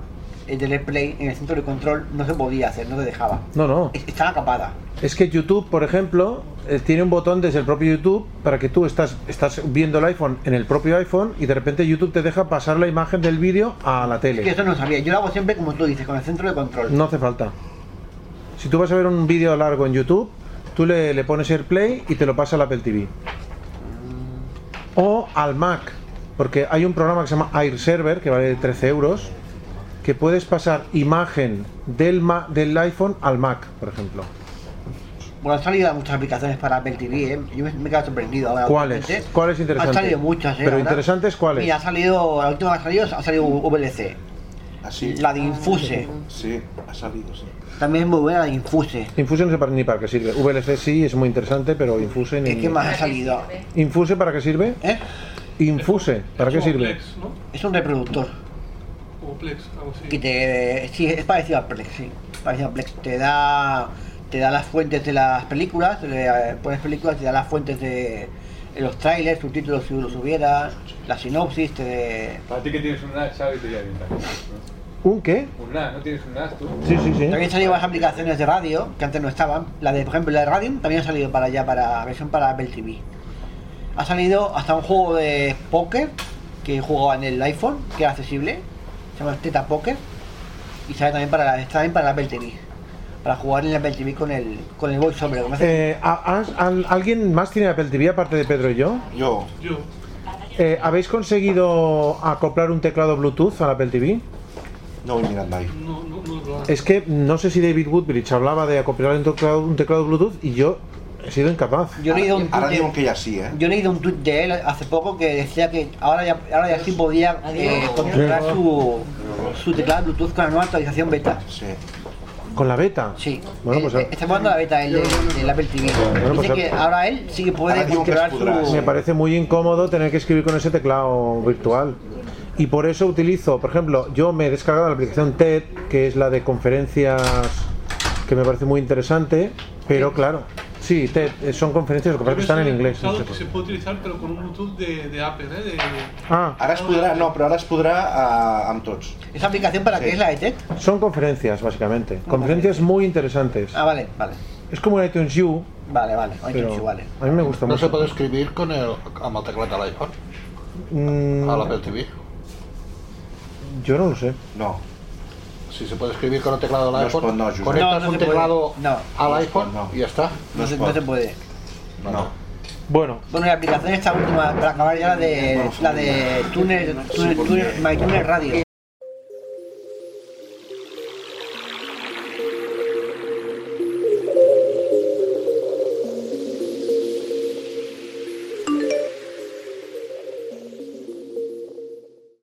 [SPEAKER 16] el del AirPlay en el centro de control, no se podía hacer, no te dejaba.
[SPEAKER 3] No, no.
[SPEAKER 16] Estaba capada.
[SPEAKER 3] Es que YouTube, por ejemplo, eh, tiene un botón desde el propio YouTube para que tú estás, estás viendo el iPhone en el propio iPhone y de repente YouTube te deja pasar la imagen del vídeo a la
[SPEAKER 16] Es que
[SPEAKER 3] tele.
[SPEAKER 16] eso no sabía. Yo lo hago siempre como tú dices, con el centro de control.
[SPEAKER 3] No hace falta. Si tú vas a ver un vídeo largo en YouTube, tú le, le pones AirPlay y te lo pasa al Apple TV. O al Mac, porque hay un programa que se llama Air Server, que vale 13 euros, que puedes pasar imagen del, ma- del iPhone al Mac, por ejemplo.
[SPEAKER 16] Bueno, han salido muchas aplicaciones para Apple TV, ¿eh? Yo me, me he quedado sorprendido ahora.
[SPEAKER 3] ¿Cuáles?
[SPEAKER 16] últimamente.
[SPEAKER 3] ¿Cuáles interesantes?
[SPEAKER 16] Han salido muchas, ¿eh?
[SPEAKER 3] Pero
[SPEAKER 16] ahora.
[SPEAKER 3] interesantes, ¿cuáles?
[SPEAKER 16] Mira, ha salido, la última que ha salido ha salido VLC. La de Infuse.
[SPEAKER 12] Sí, ha salido, sí.
[SPEAKER 16] También es muy buena la de Infuse.
[SPEAKER 3] Infuse no sé para, ni para qué sirve. VLC sí es muy interesante, pero Infuse ni.
[SPEAKER 16] ¿Qué más ha salido?
[SPEAKER 3] ¿Infuse para qué sirve?
[SPEAKER 16] ¿Eh?
[SPEAKER 3] Infuse, ¿para qué sirve?
[SPEAKER 16] Es un reproductor. Que te, sí, es parecido a Plex, sí. Parecido a Plex. Te da, te da las fuentes de las películas, le, eh, pones películas, te da las fuentes de de los trailers, subtítulos si los hubiera, la sinopsis, te...
[SPEAKER 20] Para ti que tienes un NAS, Xavi, te lleva bien también,
[SPEAKER 3] ¿Un qué?
[SPEAKER 20] ¿no? Un NAS, Pues ¿no tienes un NAS tú?
[SPEAKER 16] También han salido varias aplicaciones de radio que antes no estaban. La de, por ejemplo, la de Radium también ha salido para allá, para versión para Apple TV. Ha salido hasta un juego de póker que jugaba en el iPhone, que era accesible. Se llama Teta Poker. Y sale también para la, está también para la Apple TV. Para jugar en la Apple TV con el, con el voiceover. ¿cómo hace?
[SPEAKER 3] Eh, ¿ha- has- al- ¿Alguien más tiene Apple TV aparte de Pedro y yo?
[SPEAKER 12] Yo.
[SPEAKER 3] Eh, ¿Habéis conseguido acoplar un teclado Bluetooth al Apple TV?
[SPEAKER 12] No voy mirando ahí.
[SPEAKER 3] Es que no sé si David Woodbridge hablaba de acoplar un teclado, un teclado Bluetooth y yo he sido incapaz.
[SPEAKER 16] Yo he leído un
[SPEAKER 12] Ahora
[SPEAKER 16] tuit de-
[SPEAKER 12] digo que ya sí, ¿eh?
[SPEAKER 16] Yo he leído un tuit de él hace poco que decía que ahora ya, ahora ya sí podía eh, controlar su, su teclado Bluetooth con la nueva actualización beta.
[SPEAKER 3] ¿Con la beta?
[SPEAKER 16] Sí. Eh,
[SPEAKER 3] Bueno, pues,
[SPEAKER 16] Está jugando la beta el, el- el Apple TV. Dice
[SPEAKER 3] pues,
[SPEAKER 16] que ahora él sí que puede controlar su.
[SPEAKER 3] Me parece muy incómodo tener que escribir con ese teclado virtual. Y por eso utilizo, por ejemplo, yo me he descargado la aplicación TED, que es la de conferencias, que me parece muy interesante, pero claro, sí, TED, eh, son conferencias lo que pasa es que están en inglés. no sé
[SPEAKER 8] que se puede utilizar, pero con un Bluetooth de, de Apple, ¿eh? De-
[SPEAKER 3] Ah.
[SPEAKER 12] Ara es podrà, no, però ara es podrà eh, amb tots.
[SPEAKER 16] ¿Esa aplicación para qué es la E de TED?
[SPEAKER 3] qué. Son conferencias, básicamente. Conferencias muy interesantes.
[SPEAKER 16] Ah, vale, vale.
[SPEAKER 3] Es como el iTunes U,
[SPEAKER 16] Vale, vale. Ay,
[SPEAKER 3] pero
[SPEAKER 16] qué vale.
[SPEAKER 3] a mí me gusta
[SPEAKER 7] No se
[SPEAKER 3] mucho.
[SPEAKER 7] puede escribir con el, amb el teclat de l'iPhone,
[SPEAKER 3] Mm,
[SPEAKER 7] a l'Apple TV.
[SPEAKER 3] yo no lo sé.
[SPEAKER 12] No.
[SPEAKER 7] Si se puede escribir con el teclado
[SPEAKER 12] No
[SPEAKER 7] del
[SPEAKER 12] es
[SPEAKER 7] iPhone,
[SPEAKER 12] con- no, Josep.
[SPEAKER 7] conectas
[SPEAKER 12] No, no
[SPEAKER 7] un
[SPEAKER 12] se puede.
[SPEAKER 7] teclado
[SPEAKER 16] No.
[SPEAKER 7] al iPhone y ya está.
[SPEAKER 16] No se, no se puede.
[SPEAKER 12] No.
[SPEAKER 3] Bueno.
[SPEAKER 16] Bueno, y la aplicación esta última, para acabar ya, la de, la de Tuner, Tuner, Tuner- My Tuner Radio.